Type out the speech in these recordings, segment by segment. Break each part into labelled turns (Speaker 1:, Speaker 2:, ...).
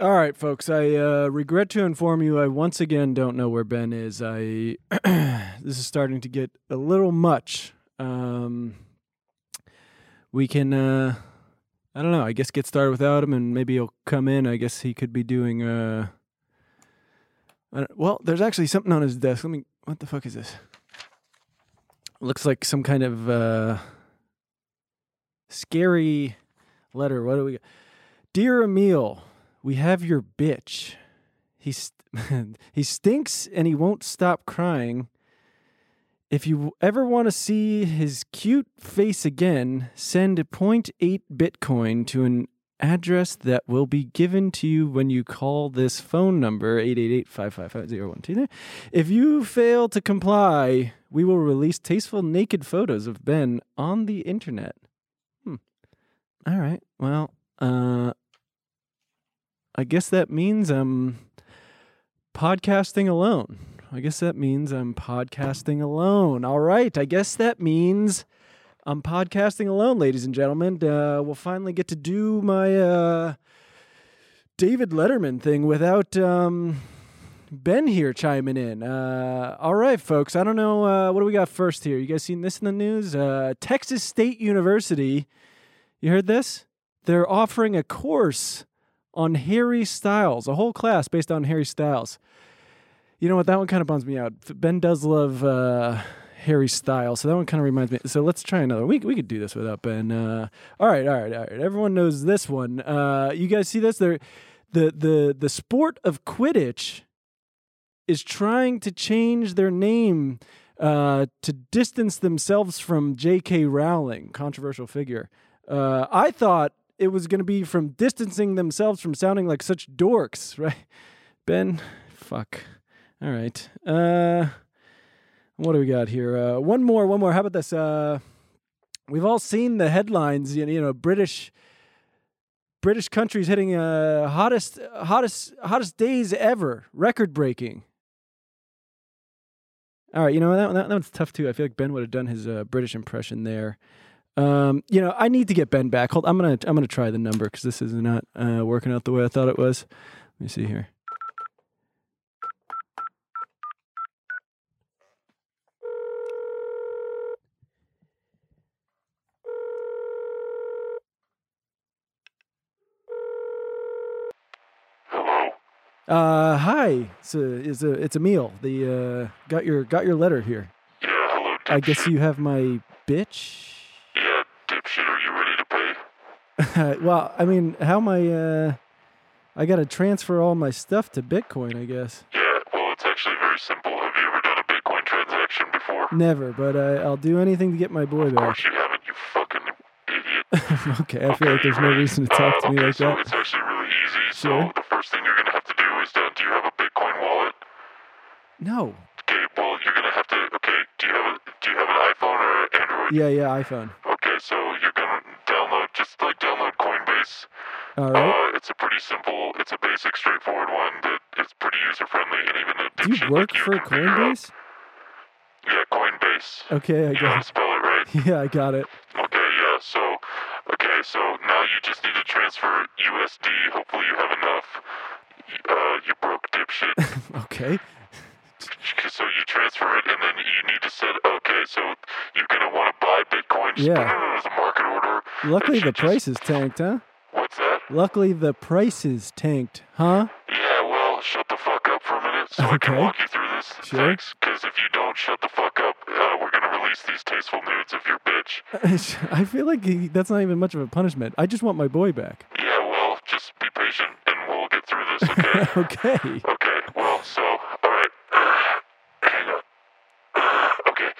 Speaker 1: All right, folks. I uh, regret to inform you, I once again don't know where Ben is. I this is starting to get a little much. Um, we can, uh, I don't know. I guess get started without him, and maybe he'll come in. I guess he could be doing. Uh, I don't- well, there's actually something on his desk. Let me. What the fuck is this? Looks like some kind of uh, scary letter. What do we? got? Dear Emil, we have your bitch. He st- he stinks and he won't stop crying. If you ever want to see his cute face again, send 0.8 Bitcoin to an address that will be given to you when you call this phone number 888-555-0123. If you fail to comply, we will release tasteful naked photos of Ben on the internet. Hmm. All right. Well, uh I guess that means I'm podcasting alone. I guess that means I'm podcasting alone. All right. I guess that means I'm podcasting alone, ladies and gentlemen. Uh, we'll finally get to do my uh, David Letterman thing without um, Ben here chiming in. Uh, all right, folks. I don't know. Uh, what do we got first here? You guys seen this in the news? Uh, Texas State University. You heard this? They're offering a course on Harry Styles, a whole class based on Harry Styles. You know what? That one kind of bums me out. Ben does love uh, Harry Styles, so that one kind of reminds me. So let's try another. We we could do this without Ben. Uh, all right, all right, all right. Everyone knows this one. Uh, you guys see this? There, the the the sport of Quidditch is trying to change their name uh, to distance themselves from J.K. Rowling, controversial figure. Uh, I thought it was going to be from distancing themselves from sounding like such dorks, right? Ben, fuck. All right. Uh, what do we got here? Uh, one more, one more. How about this? Uh, we've all seen the headlines. You know, you know British. British countries hitting uh, hottest hottest hottest days ever, record breaking. All right, you know that, that that one's tough too. I feel like Ben would have done his uh, British impression there. Um, you know, I need to get Ben back. Hold, I'm gonna I'm gonna try the number because this is not uh, working out the way I thought it was. Let me see here. Uh, hi, it's a it's a it's Emil. The uh, got your got your letter here.
Speaker 2: Yeah, hello,
Speaker 1: I guess you have my bitch.
Speaker 2: yeah, dipshit, are you ready to pay?
Speaker 1: well, I mean, how am I? Uh, I got to transfer all my stuff to Bitcoin, I guess.
Speaker 2: Yeah, well, it's actually very simple. Have you ever done a Bitcoin transaction before? Of
Speaker 1: Never, but uh, I'll do anything to get my boy back.
Speaker 2: course you haven't, you fucking idiot.
Speaker 1: okay, I feel like there's no reason to talk to me
Speaker 2: Uh, okay,
Speaker 1: like
Speaker 2: so it's
Speaker 1: that.
Speaker 2: actually really easy.
Speaker 1: Sure.
Speaker 2: So the first thing you're gonna have to do is, uh, do you have a Bitcoin wallet?
Speaker 1: No.
Speaker 2: Okay, well, you're gonna have to. Okay, do you have a, do you have an iPhone or an Android?
Speaker 1: Yeah, yeah, iPhone.
Speaker 2: Okay, so you're gonna download just like download Coinbase.
Speaker 1: All right.
Speaker 2: Uh, it's a pretty simple, it's a basic, straightforward one that it's pretty user friendly and even a
Speaker 1: Do
Speaker 2: dipshit
Speaker 1: you work
Speaker 2: like you
Speaker 1: for
Speaker 2: can figure out.
Speaker 1: Coinbase?
Speaker 2: Yeah, Coinbase.
Speaker 1: Okay, I
Speaker 2: You know how to
Speaker 1: got.
Speaker 2: spell it, right?
Speaker 1: Yeah, I got it.
Speaker 2: Okay, yeah. So, okay, so now you just need to transfer USD. Hopefully, you have enough. Y- Uh, you broke dipshit.
Speaker 1: Okay.
Speaker 2: so you transfer it, and then you need to set. Okay, so you're gonna want to buy Bitcoin. Just
Speaker 1: Yeah.
Speaker 2: put it as a market order. It
Speaker 1: Luckily the
Speaker 2: should just-
Speaker 1: price is tanked, huh?
Speaker 2: What's that?
Speaker 1: Luckily the price is tanked, huh?
Speaker 2: Yeah. Well, shut the fuck up for a minute, so I can
Speaker 1: Okay.
Speaker 2: walk you through this.
Speaker 1: Sure.
Speaker 2: Thanks. Because if you don't shut the fuck up, uh, we're gonna release these tasteful nudes of your bitch.
Speaker 1: I feel like he- that's not even much of a punishment. I just want my boy back.
Speaker 2: Yeah. Well, just be patient, and we'll get through this. Okay.
Speaker 1: okay.
Speaker 2: Okay, well, so, alright. Hang on. Okay.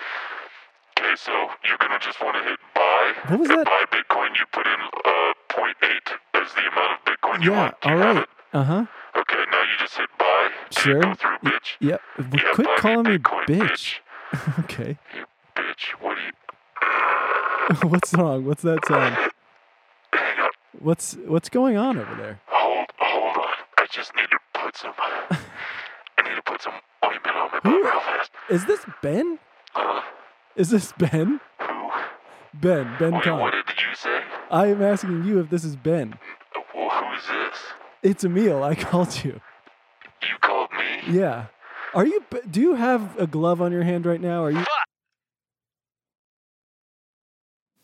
Speaker 2: Okay, so you're gonna just wanna hit buy.
Speaker 1: What was
Speaker 2: And
Speaker 1: that?
Speaker 2: Buy Bitcoin, you put in uh, 0.8 as the amount of Bitcoin You
Speaker 1: yeah.
Speaker 2: want? Do
Speaker 1: all
Speaker 2: you have
Speaker 1: right. Uh huh.
Speaker 2: it? Okay, now you just hit buy. Can
Speaker 1: Sure.
Speaker 2: It go through,
Speaker 1: Y-
Speaker 2: bitch.
Speaker 1: Yep. Well,
Speaker 2: yeah,
Speaker 1: quit
Speaker 2: buy me
Speaker 1: calling me
Speaker 2: Bitcoin,
Speaker 1: bitch. okay.
Speaker 2: You bitch. What do you?
Speaker 1: what's wrong? What's that sound?
Speaker 2: Hang up.
Speaker 1: What's what's going on over there?
Speaker 2: Hold, hold on. I just need to put some. I need to put some ointment on my
Speaker 1: Who-
Speaker 2: butt real fast.
Speaker 1: Is this Ben?
Speaker 2: Uh,
Speaker 1: Is this Ben?
Speaker 2: who?
Speaker 1: Ben. Ben
Speaker 2: Wait, what
Speaker 1: Kahn.
Speaker 2: did you say?
Speaker 1: I am asking you if this is Ben.
Speaker 2: Uh, Well, who is this?
Speaker 1: It's Emil. I called you.
Speaker 2: You called me.
Speaker 1: Yeah. Are you? b- Do you have a glove on your hand right now? Are you?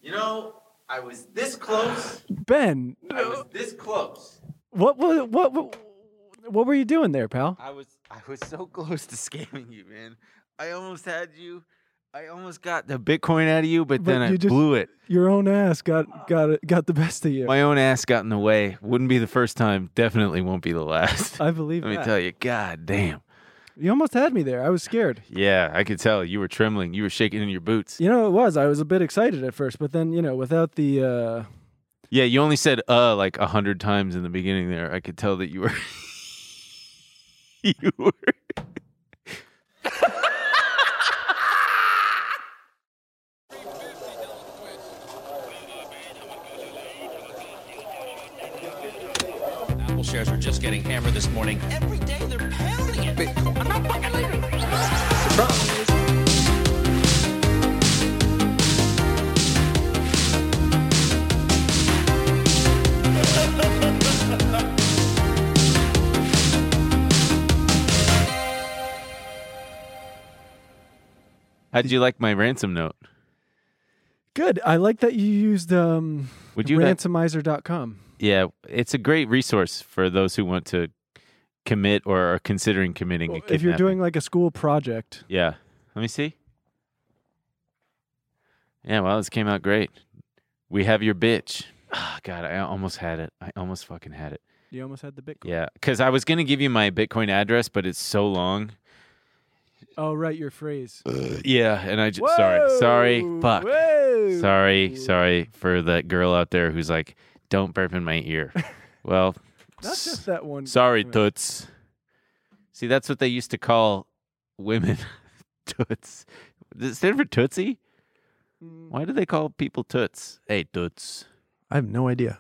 Speaker 3: You know, I was this close.
Speaker 1: Ben.
Speaker 3: I was this close.
Speaker 1: What was what, what what were you doing there, pal?
Speaker 3: I was I was so close to scamming you, man. I almost had you. I almost got the Bitcoin out of you, but,
Speaker 1: But
Speaker 3: then I
Speaker 1: you just-
Speaker 3: blew it.
Speaker 1: Your own ass got got it, got the best of you.
Speaker 3: My own ass got in the way. Wouldn't be the first time. Definitely won't be the last.
Speaker 1: I believe
Speaker 3: Let me
Speaker 1: that.
Speaker 3: tell you. God damn.
Speaker 1: You almost had me there. I was scared.
Speaker 3: Yeah, I could tell you were trembling. You were shaking in your boots.
Speaker 1: You know, it was. I was a bit excited at first, but then you know, without the uh,
Speaker 3: Yeah, you only said uh like a hundred times in the beginning there. I could tell that you were you were
Speaker 4: Apple shares are just getting hammered this morning. Every day they're pounding it. I'm not fucking leaving.
Speaker 3: How'd you like my ransom note?
Speaker 1: good. I like that you used um,
Speaker 3: Would you ha-
Speaker 1: ransomizer.com.
Speaker 3: Yeah, it's a great resource for those who want to commit or are considering committing. a
Speaker 1: if you're
Speaker 3: kidnapping.
Speaker 1: doing like a school project,
Speaker 3: yeah, let me see. Yeah, well, this came out great. We have your bitch. Oh, God, I almost had it. I almost fucking had it.
Speaker 1: you almost had the Bitcoin.
Speaker 3: Yeah, because I was gonna give you my Bitcoin address, but it's so long.
Speaker 1: Oh, right, your phrase.
Speaker 3: Yeah, and I just sorry, sorry,
Speaker 1: Whoa!
Speaker 3: fuck,
Speaker 1: Whoa!
Speaker 3: sorry, sorry for that girl out there who's like, don't burp in my ear. Well,
Speaker 1: Not
Speaker 3: s-
Speaker 1: just that one.
Speaker 3: Sorry,
Speaker 1: compliment.
Speaker 3: toots. See, that's what they used to call women toots. Does it stand for tootsie?
Speaker 1: Mm.
Speaker 3: Why do they call people toots? Hey, toots.
Speaker 1: I have no idea.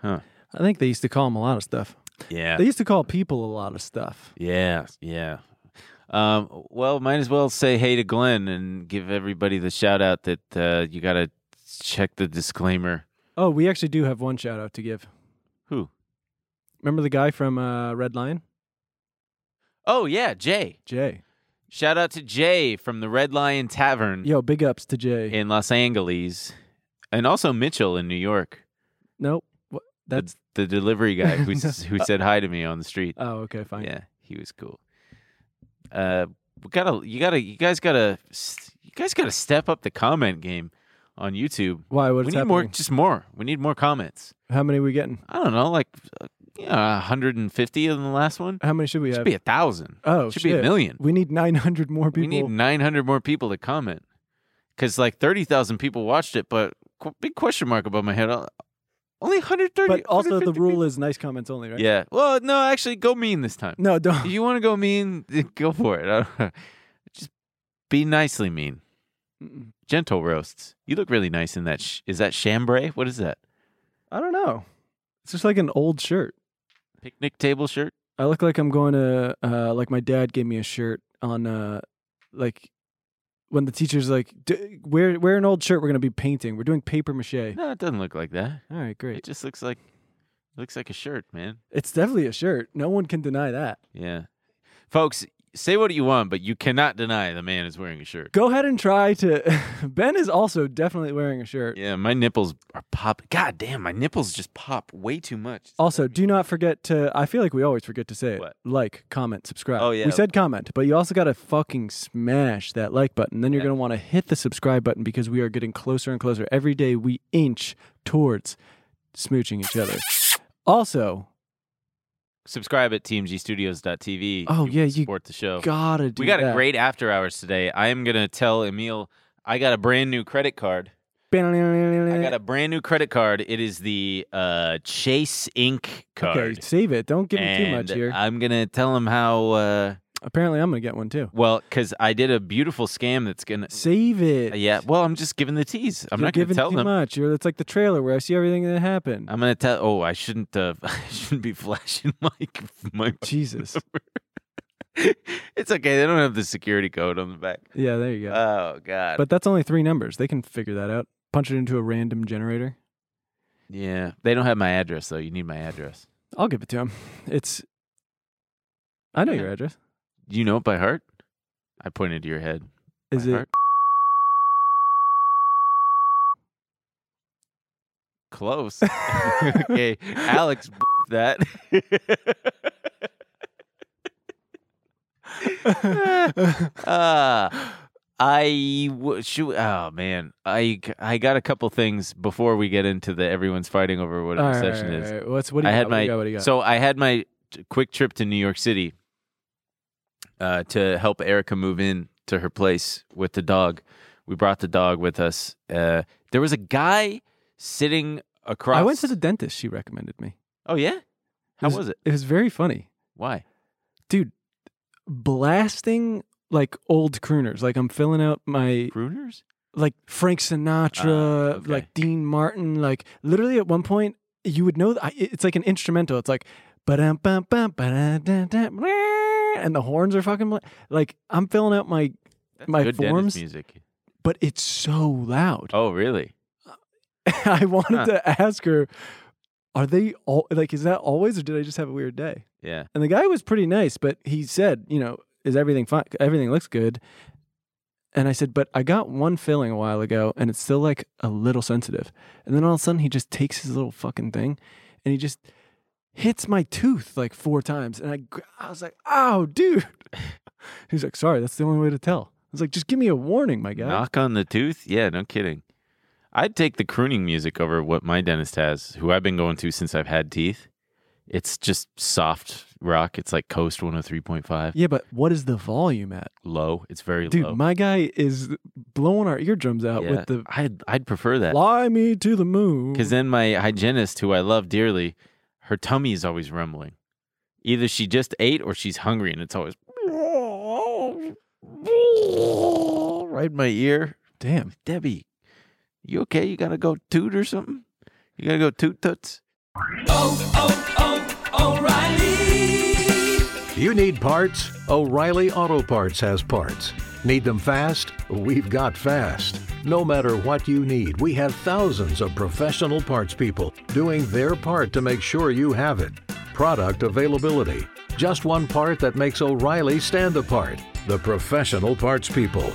Speaker 3: Huh.
Speaker 1: I think they used to call them a lot of stuff.
Speaker 3: Yeah.
Speaker 1: They used to call people a lot of stuff.
Speaker 3: Yeah. Yeah. Um, well, might as well say hey to Glenn and give everybody the shout out that uh, you got to check the disclaimer.
Speaker 1: Oh, we actually do have one shout out to give.
Speaker 3: Who?
Speaker 1: Remember the guy from uh, Red Lion?
Speaker 3: Oh, yeah, Jay.
Speaker 1: Jay.
Speaker 3: Shout out to Jay from the Red Lion Tavern
Speaker 1: Yo, big ups to Jay.
Speaker 3: in Los Angeles and also Mitchell in New York.
Speaker 1: nope. What?
Speaker 3: the-
Speaker 1: That's.
Speaker 3: the delivery guy who s- who said hi to me on the street.
Speaker 1: Oh, okay, fine.
Speaker 3: Yeah, he was cool. Uh, we gotta, you gotta, you guys gotta, s- you guys gotta step up the comment game on YouTube.
Speaker 1: Why?
Speaker 3: we
Speaker 1: What's
Speaker 3: need
Speaker 1: happening?
Speaker 3: more, just more. We need more comments.
Speaker 1: How many are we getting?
Speaker 3: I don't know, like, uh, yeah, 150 in the last one.
Speaker 1: How many should Uh, we
Speaker 3: Should
Speaker 1: have?
Speaker 3: be a thousand.
Speaker 1: oh,
Speaker 3: should
Speaker 1: shit.
Speaker 3: be a million.
Speaker 1: We need 900 more people.
Speaker 3: We need 900 more people to comment because like 30,000 people watched it, but qu- big question mark above my head. uh, Only 130.
Speaker 1: but also, the
Speaker 3: 150
Speaker 1: rule
Speaker 3: people.
Speaker 1: is nice comments only, right?
Speaker 3: Yeah. Well, no, actually, go mean this time.
Speaker 1: No, don't.
Speaker 3: if you want to go mean, eh, go for it. I don't- Just be nicely mean.
Speaker 1: Mm-mm.
Speaker 3: Gentle roasts. You look really nice in that. Sh- is that chambray? What is that?
Speaker 1: I don't know. It's just like an old shirt.
Speaker 3: Picnic table shirt?
Speaker 1: I look like I'm going to uh like my dad gave me a shirt on uh like when the teacher's like D- wear wear an old shirt we're going to be painting. We're doing paper mache.
Speaker 3: No, it doesn't look like that.
Speaker 1: All right,
Speaker 3: It
Speaker 1: great.
Speaker 3: just looks like it looks like a shirt, man.
Speaker 1: It's definitely a shirt. No one can deny that.
Speaker 3: Yeah, folks, say what you want, but you cannot deny the man is wearing a shirt.
Speaker 1: Go ahead and try to Ben is also definitely wearing a shirt.
Speaker 3: Yeah, my nipples are pop. God damn, my nipples just pop way too much.
Speaker 1: Also, do not forget to I feel like we always forget to say it.
Speaker 3: What?
Speaker 1: Like, comment, subscribe.
Speaker 3: Oh, yeah.
Speaker 1: We said comment, but you also got to fucking smash that like button. Then you're going to want to hit the subscribe button because we are getting closer and closer every day we inch towards smooching each other. Also,
Speaker 3: Subscribe at tmgstudios.tv. if
Speaker 1: Oh, yeah,
Speaker 3: wanna
Speaker 1: you
Speaker 3: support the show.
Speaker 1: got to do
Speaker 3: we got
Speaker 1: that.
Speaker 3: a great after hours today. I am gonna tell Emil I got a brand new credit card. I got a brand new credit card. It is the uh, Chase Inc. card.
Speaker 1: Okay, save it. Don't give me too much
Speaker 3: And
Speaker 1: here.
Speaker 3: I'm gonna tell them how. Uh,
Speaker 1: Apparently, I'm gonna get one too.
Speaker 3: well, because I did a beautiful scam that's gonna. uh,
Speaker 1: Save it.
Speaker 3: Yeah. Well, I'm just giving the tease. I'm
Speaker 1: You're
Speaker 3: not gonna
Speaker 1: giving
Speaker 3: tell
Speaker 1: too
Speaker 3: them.
Speaker 1: much. You're, it's like the trailer where I see everything that happened.
Speaker 3: I'm gonna tell. Oh, I shouldn't. Uh, I shouldn't be flashing my my.
Speaker 1: Jesus.
Speaker 3: it's okay. They don't have the security code on the back.
Speaker 1: yeah, there you go.
Speaker 3: Oh God.
Speaker 1: but that's only three numbers. They can figure that out. Punch it into a random generator.
Speaker 3: yeah, they don't have my address though. You need my address.
Speaker 1: I'll give it to them. It's. I know your address.
Speaker 3: You know it by heart. I pointed to your head.
Speaker 1: Is
Speaker 3: By
Speaker 1: it?
Speaker 3: heart? Close. okay, Alex, bleep that. uh, I w- shoot. Oh man, I g- I got a couple things before we get into the everyone's fighting over what
Speaker 1: All
Speaker 3: an
Speaker 1: right,
Speaker 3: obsession
Speaker 1: all right,
Speaker 3: is.
Speaker 1: all right. What's what do you
Speaker 3: I
Speaker 1: got?
Speaker 3: had
Speaker 1: What do
Speaker 3: my
Speaker 1: you got? What do you got?
Speaker 3: so I had my t- quick trip to New York City uh, to help Erica move in to her place with the dog. We brought the dog with us. Uh, there was a guy sitting across.
Speaker 1: I went to the dentist. She recommended me.
Speaker 3: Oh yeah, how was it?
Speaker 1: It was very funny,
Speaker 3: Why?
Speaker 1: dude. Blasting like old crooners. Like I'm filling out my
Speaker 3: Pruners?
Speaker 1: like Frank Sinatra,
Speaker 3: Ah, okay.
Speaker 1: like Dean Martin, like literally at one point you would know I- it's like an instrumental. It's like ba-dum, bum, bum, ba-dum, dum, dum, wah, and the horns are fucking bla- like I'm filling out my
Speaker 3: That's
Speaker 1: my
Speaker 3: good dentist
Speaker 1: forms,
Speaker 3: music.
Speaker 1: but it's so loud.
Speaker 3: Oh really?
Speaker 1: I wanted
Speaker 3: Huh.
Speaker 1: to ask her, are they all like is that always or did I just have a weird day?
Speaker 3: Yeah.
Speaker 1: And the guy was pretty nice, but he said, you know, is everything fine? Everything looks good. And I said, but I got one filling a while ago and it's still like a little sensitive. And then all of a sudden he just takes his little fucking thing and he just hits my tooth like four times. And I, gr- I was like, oh, dude. He's like, sorry, that's the only way to tell. I was like, just give me a warning, my guy.
Speaker 3: Knock on the tooth? Yeah, no kidding. I'd take the crooning music over what my dentist has, who I've been going to since I've had teeth. It's just soft rock. It's like Coast 103.5.
Speaker 1: Yeah, but what is the volume at?
Speaker 3: Low. It's very
Speaker 1: Dude,
Speaker 3: low.
Speaker 1: my guy is blowing our eardrums out
Speaker 3: Yeah.
Speaker 1: with the
Speaker 3: I'd, I'd prefer that.
Speaker 1: fly me to the moon.
Speaker 3: Because then my hygienist, who I love dearly, her tummy is always rumbling. Either she just ate or she's hungry, and it's always right in my ear.
Speaker 1: Damn.
Speaker 3: Debbie, you okay? You gotta go toot or something? You gotta go toot toots?
Speaker 5: You need parts? O'Reilly Auto Parts has parts. Need them fast? We've got fast. No matter what you need, we have thousands of professional parts people doing their part to make sure you have it. Product availability. Just one part that makes O'Reilly stand apart. The professional parts people.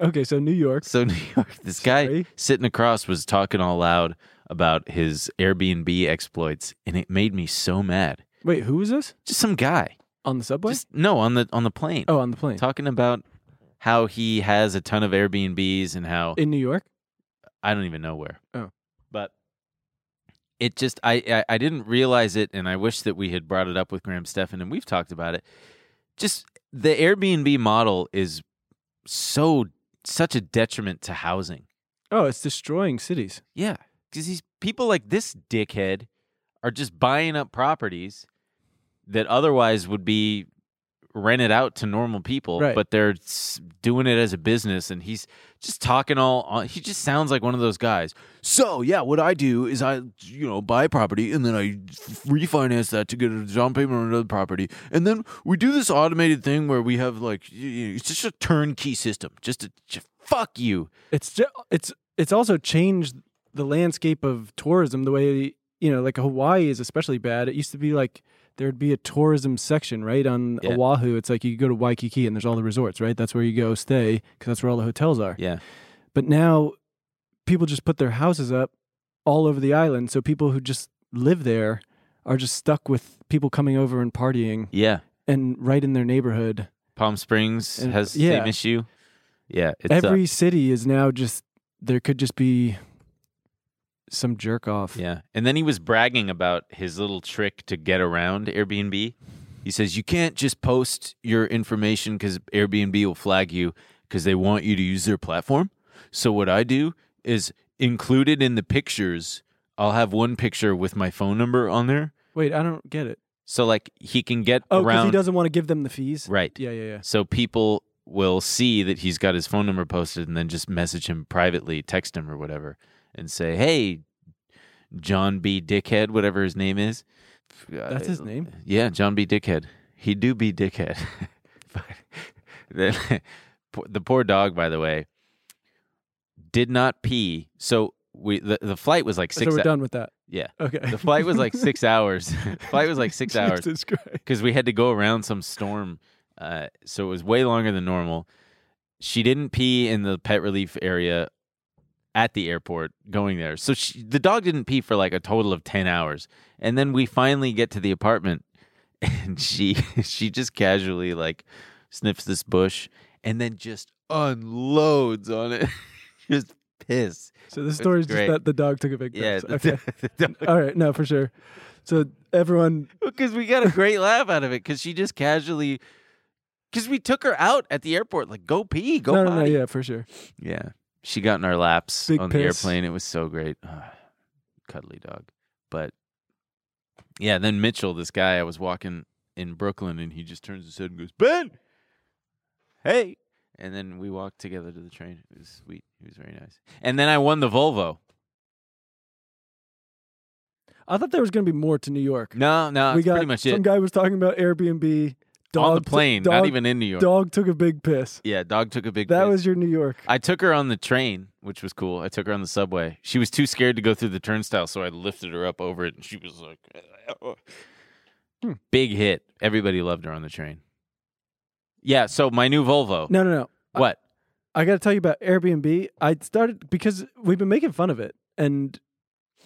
Speaker 1: Okay, so New York.
Speaker 3: So New York, this guy
Speaker 1: Sorry?
Speaker 3: sitting across was talking all loud about his Airbnb exploits, and it made me so mad.
Speaker 1: Wait, who was this?
Speaker 3: Just some guy.
Speaker 1: On the subway?
Speaker 3: Just no on the on the plane.
Speaker 1: oh, on the plane.
Speaker 3: talking about how he has a ton of Airbnbs and how
Speaker 1: In New York?
Speaker 3: I don't even know where.
Speaker 1: Oh.
Speaker 3: But it just I, I I didn't realize it and I wish that we had brought it up with Graham Stefan and we've talked about it. Just the Airbnb model is so such a detriment to housing.
Speaker 1: Oh, it's destroying cities.
Speaker 3: Yeah, because these people like this dickhead are just buying up properties that otherwise would be rented out to normal people,
Speaker 1: Right.
Speaker 3: but they're s- doing it as a business. And he's just talking all. On, he just sounds like one of those guys. So yeah, what I do is I you know buy a property and then I f- refinance that to get a down payment on another property, and then we do this automated thing where we have like y- y- it's just a turnkey system. Just to just fuck you.
Speaker 1: It's just, it's it's also changed the landscape of tourism the way you know, like Hawaii is especially bad. It used to be like there'd be a tourism section right on
Speaker 3: Yeah.
Speaker 1: Oahu. It's like you go to Waikiki and there's all the resorts, right? That's where you go stay because that's where all the hotels are.
Speaker 3: Yeah.
Speaker 1: But now people just put their houses up all over the island, so people who just live there are just stuck with people coming over and partying
Speaker 3: Yeah.
Speaker 1: and right in their neighborhood.
Speaker 3: Palm Springs
Speaker 1: And-
Speaker 3: has the
Speaker 1: yeah.
Speaker 3: same issue. Yeah, it's uh,
Speaker 1: every city is now just there could just be some jerk off.
Speaker 3: yeah. And then he was bragging about his little trick to get around Airbnb. He says you can't just post your information because Airbnb will flag you because they want you to use their platform. So what I do is included in the pictures, I'll have one picture with my phone number on there.
Speaker 1: Wait, I don't get it.
Speaker 3: So like he can get
Speaker 1: Oh, because
Speaker 3: around
Speaker 1: he doesn't want to give them the fees.
Speaker 3: right.
Speaker 1: Yeah, yeah, yeah.
Speaker 3: So people will see that he's got his phone number posted and then just message him privately, text him or whatever, and say, "Hey, John B. Dickhead, whatever his name is." uh,
Speaker 1: That's his name?
Speaker 3: Yeah, John B. Dickhead. He do be dickhead. but then, the poor dog, by the way, did not pee. So we the, the flight was like six.
Speaker 1: so we're
Speaker 3: hou-
Speaker 1: done with that.
Speaker 3: Yeah,
Speaker 1: Okay.
Speaker 3: the flight was like six hours. flight was like six hours
Speaker 1: Jesus Christ.
Speaker 3: because we had to go around some storm, uh, so it was way longer than normal. She didn't pee in the pet relief area at the airport going there, so she, the dog didn't pee for like a total of ten hours, and then we finally get to the apartment, and she she just casually like sniffs this bush and then just unloads on it, just piss.
Speaker 1: So the story's just
Speaker 3: great.
Speaker 1: that the dog took a big
Speaker 3: Yeah,
Speaker 1: piss. Okay. All right. No, for sure. So everyone,
Speaker 3: because we got a great laugh out of it because she just casually because we took her out at the airport like go pee go
Speaker 1: no, no, no,
Speaker 3: potty."
Speaker 1: yeah, for sure.
Speaker 3: yeah. she got in our laps
Speaker 1: Big
Speaker 3: on the
Speaker 1: piss.
Speaker 3: airplane it was so great Ah, cuddly dog but yeah then mitchell this guy i was walking in brooklyn and he just turns his head and goes ben hey and then we walked together to the train it was sweet he was very nice and then i won the volvo
Speaker 1: I thought there was going to be more to New York.
Speaker 3: no no
Speaker 1: we
Speaker 3: that's
Speaker 1: got
Speaker 3: pretty much
Speaker 1: some
Speaker 3: it
Speaker 1: guy was talking about Airbnb. Dog
Speaker 3: on the
Speaker 1: took-
Speaker 3: plane
Speaker 1: dog,
Speaker 3: not even in new york
Speaker 1: Dog took a big piss.
Speaker 3: yeah dog took a big
Speaker 1: That
Speaker 3: piss.
Speaker 1: was your New York.
Speaker 3: I took her on the train, which was cool. I took her on the subway. She was too scared to go through the turnstile, so I lifted her up over it, and she was like,
Speaker 1: Hmm.
Speaker 3: big hit. Everybody loved her on the train. Yeah. So my new Volvo.
Speaker 1: No, no, no.
Speaker 3: What?
Speaker 1: I got to tell you about Airbnb. I started because we've been making fun of it and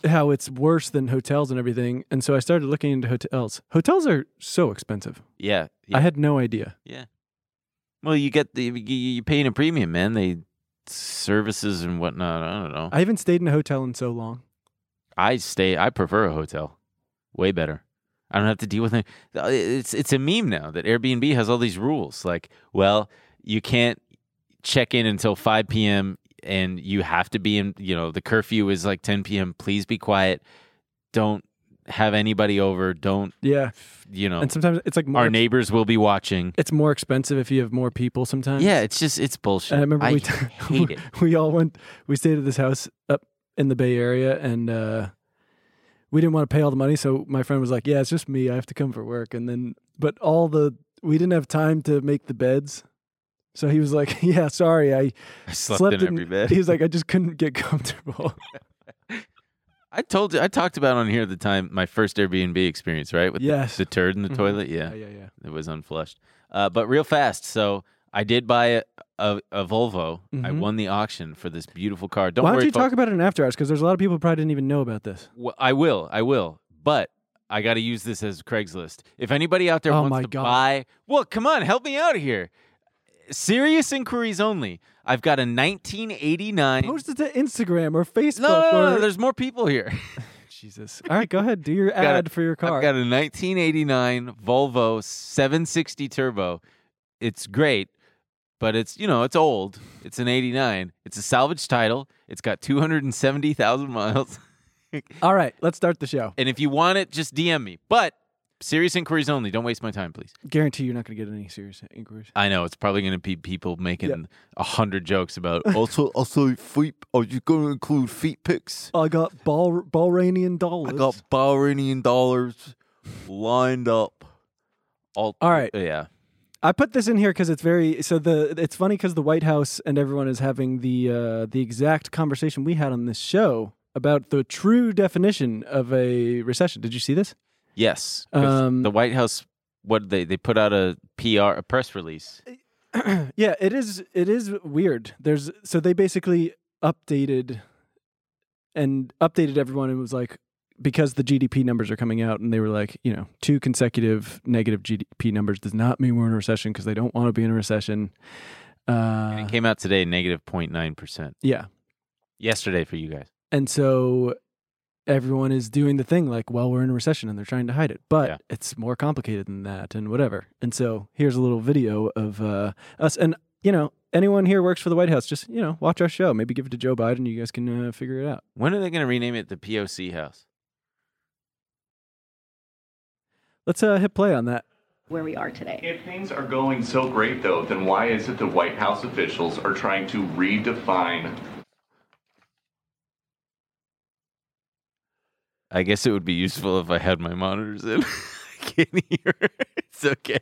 Speaker 1: how it's worse than hotels and everything. And so I started looking into hotels. Hotels are so expensive.
Speaker 3: yeah. Yeah.
Speaker 1: I had no idea.
Speaker 3: well, you get the you- you're paying a premium, man. They services and whatnot. I don't know.
Speaker 1: I haven't stayed in a hotel in so long.
Speaker 3: I stay. I prefer a hotel, way better. I don't have to deal with it. It's it's a meme now that Airbnb has all these rules. Like, well, you can't check in until five p.m. and you have to be in. You know, the curfew is like ten p.m. Please be quiet. Don't have anybody over. Don't
Speaker 1: Yeah.
Speaker 3: you know?
Speaker 1: And sometimes it's like more,
Speaker 3: Our neighbors will be watching.
Speaker 1: it's more expensive if you have more people sometimes.
Speaker 3: Yeah, it's just it's bullshit.
Speaker 1: And I remember we,
Speaker 3: hate it.
Speaker 1: we all went, we stayed at this house up in the Bay Area and, uh, we didn't want to pay all the money. So my friend was like, yeah, it's just me. I have to come for work. And then, but all the, we didn't have time to make the beds. So he was like, yeah, sorry. I
Speaker 3: I slept,
Speaker 1: slept
Speaker 3: in every bed.
Speaker 1: He was like, I just couldn't get comfortable.
Speaker 3: I told you, I talked about on here at the time my first Airbnb experience, right? With the-
Speaker 1: Yes.
Speaker 3: the, turd in the
Speaker 1: Mhm.
Speaker 3: toilet. Yeah.
Speaker 1: yeah, yeah.
Speaker 3: it was unflushed. Uh, but real fast, so I did buy a, a, a Volvo. I
Speaker 1: Mhm.
Speaker 3: won the auction for this beautiful car. Don't
Speaker 1: Why don't
Speaker 3: worry,
Speaker 1: you
Speaker 3: folks.
Speaker 1: talk about it in after hours? Because there's a lot of people who probably didn't even know about this.
Speaker 3: Well, I will, I will. But I got to use this as Craigslist. If anybody out there
Speaker 1: Oh
Speaker 3: wants
Speaker 1: my
Speaker 3: to
Speaker 1: God.
Speaker 3: buy, well, come on, help me out here. Serious inquiries only. I've got a 1989.
Speaker 1: Post it to Instagram or Facebook.
Speaker 3: no, no, no, no,
Speaker 1: or-
Speaker 3: there's more people here.
Speaker 1: Jesus. All right, go ahead. Do your
Speaker 3: Got a-
Speaker 1: ad for your car.
Speaker 3: I've got a 1989 Volvo 760 turbo. It's great, but it's you know it's old. It's an 89. It's a salvage title. It's got 270,000 miles.
Speaker 1: All right, let's start the show.
Speaker 3: And if you want it, just DM me. But serious inquiries only. Don't waste my time, please.
Speaker 1: Guarantee you're not going to get any serious inquiries.
Speaker 3: I know it's probably going to be people making a hundred jokes about also also feet. Are you going to include feet pics?
Speaker 1: I got Bal- Balranian dollars.
Speaker 3: I got Bahrainian dollars lined up. All,
Speaker 1: All right.
Speaker 3: Yeah.
Speaker 1: I put this in here because it's very so the it's funny because the White House and everyone is having the uh, the exact conversation we had on this show about the true definition of a recession. Did you see this?
Speaker 3: Yes, 'cause
Speaker 1: Um,
Speaker 3: the White House. What they they put out a PR a press release.
Speaker 1: yeah, it is. It is weird. There's so they basically updated and updated everyone and was like because the GDP numbers are coming out and they were like, you know, two consecutive negative GDP numbers does not mean we're in a recession because they don't want to be in a recession.
Speaker 3: and
Speaker 1: Uh,
Speaker 3: it came out today negative 0.9 percent
Speaker 1: yeah,
Speaker 3: yesterday for you guys.
Speaker 1: and so everyone is doing the thing like, well, we're in a recession and they're trying to hide it. But
Speaker 3: Yeah.
Speaker 1: it's more complicated than that and whatever. And so here's a little video of uh, us. And, you know, anyone here works for the White House, just, you know, watch our show. Maybe give it to Joe Biden. You guys can uh, figure it out.
Speaker 3: When are they going to rename it the POC House?
Speaker 1: Let's uh, hit play on that.
Speaker 6: where we are today.
Speaker 2: If things are going so great, though, then why is it the White House officials are trying to redefine?
Speaker 3: I guess it would be useful if I had my monitors in. I can't hear. It's okay.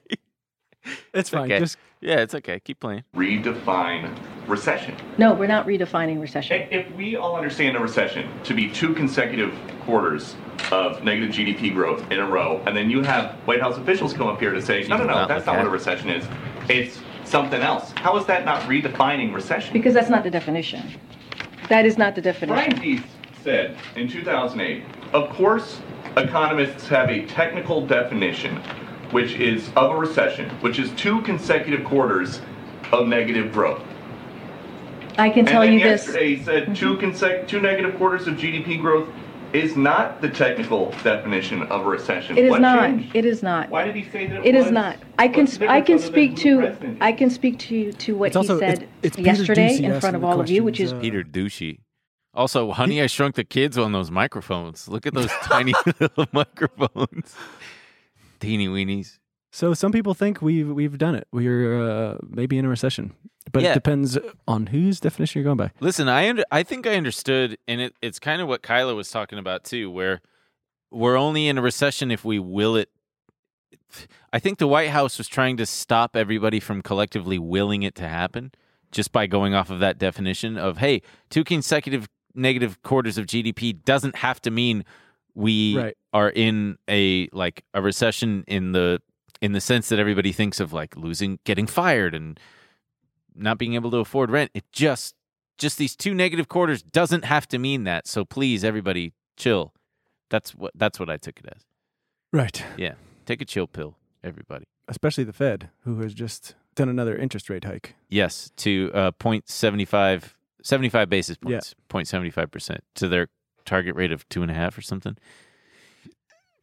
Speaker 1: It's fine.
Speaker 3: okay.
Speaker 1: Just
Speaker 3: Yeah, it's okay. Keep playing.
Speaker 2: Redefine recession.
Speaker 6: No, we're not redefining recession.
Speaker 2: I- If we all understand a recession to be two consecutive quarters of negative GDP growth in a row, and then you have White House officials come up here to say, no, no, no,
Speaker 3: Not
Speaker 2: that's
Speaker 3: like
Speaker 2: not what
Speaker 3: that.
Speaker 2: a recession is. It's something else. How is that not redefining recession?
Speaker 6: Because that's not the definition. That is not the
Speaker 2: Brian
Speaker 6: definition.
Speaker 2: Deese said in 2008, of course, economists have a technical definition, which is of a recession, which is two consecutive quarters of negative growth.
Speaker 6: I can tell
Speaker 2: and then
Speaker 6: you this. Mm-hmm.
Speaker 2: yesterday he said two consec- two negative quarters of GDP growth is not the technical definition of a recession.
Speaker 6: It is
Speaker 2: What
Speaker 6: not.
Speaker 2: changed?
Speaker 6: It is not.
Speaker 2: Why did he say that it,
Speaker 6: It is
Speaker 2: was?
Speaker 6: not. I
Speaker 2: What's
Speaker 6: can
Speaker 2: the
Speaker 6: I can
Speaker 2: difference other than
Speaker 6: speak
Speaker 2: who the
Speaker 6: to
Speaker 2: president
Speaker 6: I
Speaker 2: is?
Speaker 6: can speak to you to what
Speaker 1: It's also-
Speaker 6: he said
Speaker 1: it's- it's Peter
Speaker 6: yesterday
Speaker 1: Doocy
Speaker 6: in
Speaker 1: asking
Speaker 6: front of
Speaker 1: the
Speaker 6: all of you, which is
Speaker 1: questions, uh,
Speaker 3: Peter Douchey. Also, honey, I shrunk the kids on those microphones. Look at those tiny little microphones. Teeny weenies.
Speaker 1: so some people think we've we've done it. We're uh, maybe in a recession, but
Speaker 3: Yeah.
Speaker 1: it depends on whose definition you're going by.
Speaker 3: Listen, I under, I think I understood, and it, it's kind of what Kyla was talking about too, where we're only in a recession if we will it. I think the White House was trying to stop everybody from collectively willing it to happen, just by going off of that definition of hey, two consecutive negative quarters of GDP doesn't have to mean we
Speaker 1: Right.
Speaker 3: are in a like a recession in the in the sense that everybody thinks of like losing getting fired and not being able to afford rent it just just these two negative quarters doesn't have to mean that so please everybody chill that's what that's what i took it as
Speaker 1: Right.
Speaker 3: yeah take a chill pill everybody
Speaker 1: Especially the Fed, who has just done another interest rate hike.
Speaker 3: yes to uh 0.75 75 basis
Speaker 1: Yeah.
Speaker 3: points 0.75 percent to their target rate of two and a half or something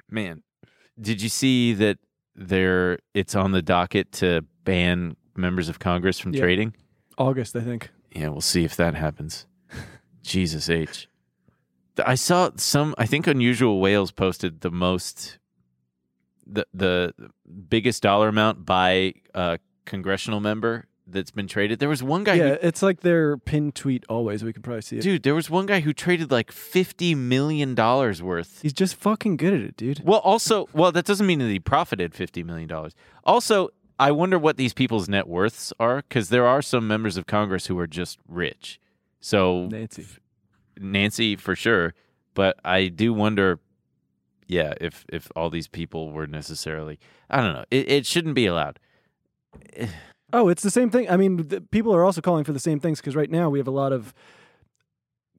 Speaker 3: man did you see that there it's on the docket to ban members of congress from
Speaker 1: Yeah.
Speaker 3: trading
Speaker 1: August, I think.
Speaker 3: Yeah, we'll see if that happens. Jesus H. Th- I saw some. I think Unusual Whales posted the most, the the biggest dollar amount by uh, congressional member that's been traded. There was one guy.
Speaker 1: Yeah, it's like their pin tweet always. We can probably see
Speaker 3: Who,
Speaker 1: it.
Speaker 3: dude, there was one guy who traded like fifty million dollars worth.
Speaker 1: He's just fucking good at it, dude.
Speaker 3: Well, also, well, that doesn't mean that he profited fifty million dollars. Also, I wonder what these people's net worths are because there are some members of Congress who are just rich. So
Speaker 1: Nancy.
Speaker 3: Nancy for sure, but I do wonder, yeah, if if all these people were necessarily, I don't know, it, it shouldn't be allowed.
Speaker 1: Oh, it's the same thing. I mean, the, people are also calling for the same things because right now we have a lot of